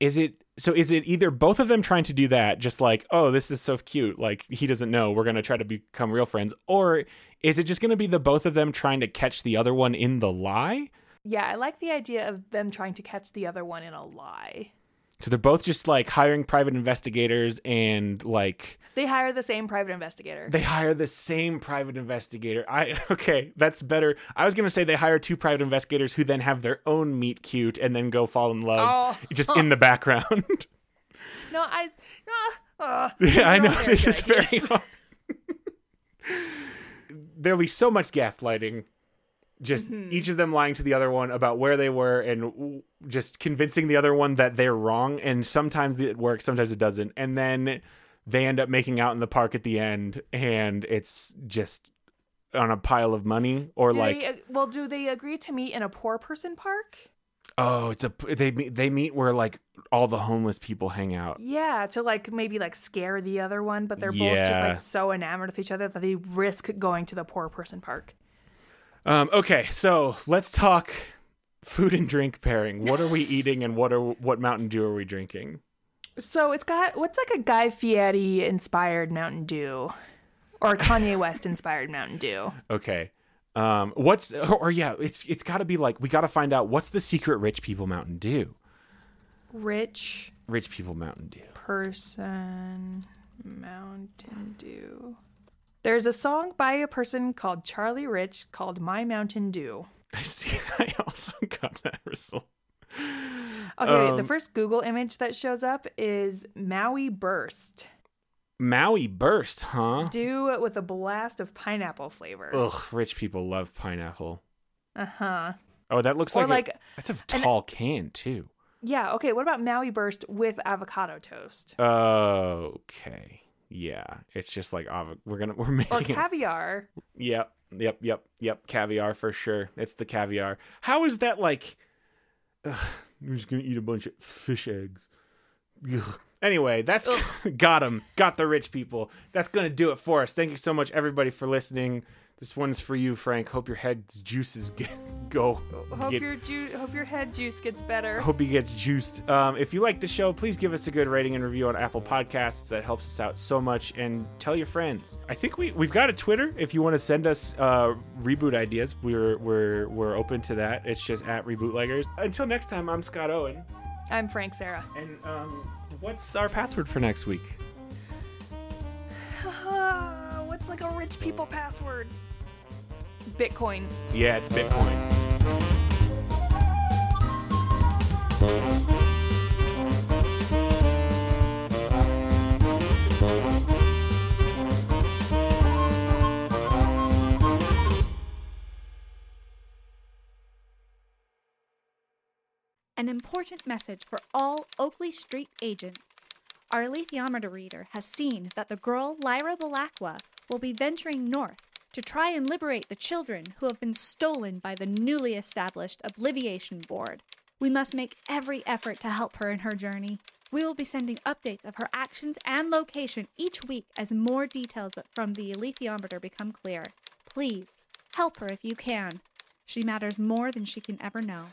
Speaker 1: is it so is it either both of them trying to do that just like oh this is so cute like he doesn't know we're going to try to become real friends or is it just going to be the both of them trying to catch the other one in the lie
Speaker 3: Yeah, I like the idea of them trying to catch the other one in a lie.
Speaker 1: so they're both just like hiring private investigators and like
Speaker 3: They hire the same private investigator.
Speaker 1: They hire the same private investigator. I [laughs] okay, that's better. I was gonna say they hire two private investigators who then have their own meet cute and then go fall in love
Speaker 3: Oh.
Speaker 1: just in the background. [laughs]
Speaker 3: no, I. No, uh,
Speaker 1: yeah, I know [laughs]
Speaker 3: there,
Speaker 1: this is
Speaker 3: Jack,
Speaker 1: very
Speaker 3: yes.
Speaker 1: hard. There'll be so much gaslighting. Just
Speaker 3: Mm-hmm.
Speaker 1: each of them lying to the other one about where they were and w- just convincing the other one that they're wrong. And sometimes it works, sometimes it doesn't. And then they end up making out in the park at the end and it's just on a pile of money or
Speaker 3: do
Speaker 1: like
Speaker 3: they, well, do they agree to meet in a poor person park?
Speaker 1: oh it's a they meet- they meet where like all the homeless people hang out
Speaker 3: Yeah, to like maybe like scare the other one, but they're both just
Speaker 1: Yeah.
Speaker 3: like so enamored with each other that they risk going to the poor person park.
Speaker 1: Um, okay, so let's talk food and drink pairing. What are
Speaker 3: [laughs]
Speaker 1: we eating, and what are what Mountain Dew are we drinking?
Speaker 3: So it's got what's like a Guy Fieri inspired Mountain Dew, or a Kanye West inspired Mountain Dew.
Speaker 1: Okay, um, what's or, or yeah, it's it's got to be like we got to find out what's the secret rich people Mountain Dew.
Speaker 3: Rich
Speaker 1: Rich people Mountain Dew. [laughs]
Speaker 3: person Mountain Dew. There's a song by a person called Charlie Rich called My Mountain Dew.
Speaker 1: I see. I also got that result.
Speaker 3: Okay, wait,
Speaker 1: Um,
Speaker 3: the first Google image that shows up is Maui Burst.
Speaker 1: Maui burst, huh?
Speaker 3: Dew with a blast of pineapple flavor.
Speaker 1: Ugh, rich people love pineapple.
Speaker 3: Uh huh.
Speaker 1: Oh, that looks
Speaker 3: Or
Speaker 1: like, a,
Speaker 3: like-
Speaker 1: that's a tall can too.
Speaker 3: Yeah, okay, what about Maui Burst with
Speaker 1: [laughs]
Speaker 3: avocado toast?
Speaker 1: Okay, yeah, it's just like avo- we're gonna we're [laughs] making
Speaker 3: Or
Speaker 1: it-
Speaker 3: caviar.
Speaker 1: Yep, yep, yep, yep. Caviar for sure. It's the caviar. How is that like? [sighs] Ugh, I'm just gonna eat a bunch of fish eggs. Ugh. Anyway, that's [laughs] got 'em. Got the rich people. That's gonna do it for us. Thank you so much, everybody, for listening. This one's for you, Frank. Hope your head's juices [laughs] get, go.
Speaker 3: Hope
Speaker 1: get-
Speaker 3: your ju- hope your head juice gets better.
Speaker 1: Hope he gets juiced. Um, if you like the show, please give us a good rating and review on Apple Podcasts. That helps us out so much. And tell your friends. I think we we've got a Twitter. If you want to send us uh, reboot ideas, we're we're we're open to that. It's just at rebootleggers. Until next time, I'm Scott Owen.
Speaker 3: I'm Frank Sarah.
Speaker 1: And um, what's our password for next week?
Speaker 3: Ah, what's like a rich people password? Bitcoin.
Speaker 1: Yeah, it's Bitcoin.
Speaker 6: An important message for all Oakley Street agents. Our alethiometer reader has seen that the girl Lyra Balakwa will be venturing north to try and liberate the children who have been stolen by the newly established Obliviation Board. We must make every effort to help her in her journey. We will be sending updates of her actions and location each week as more details from the alethiometer become clear. Please, help her if you can. She matters more than she can ever know.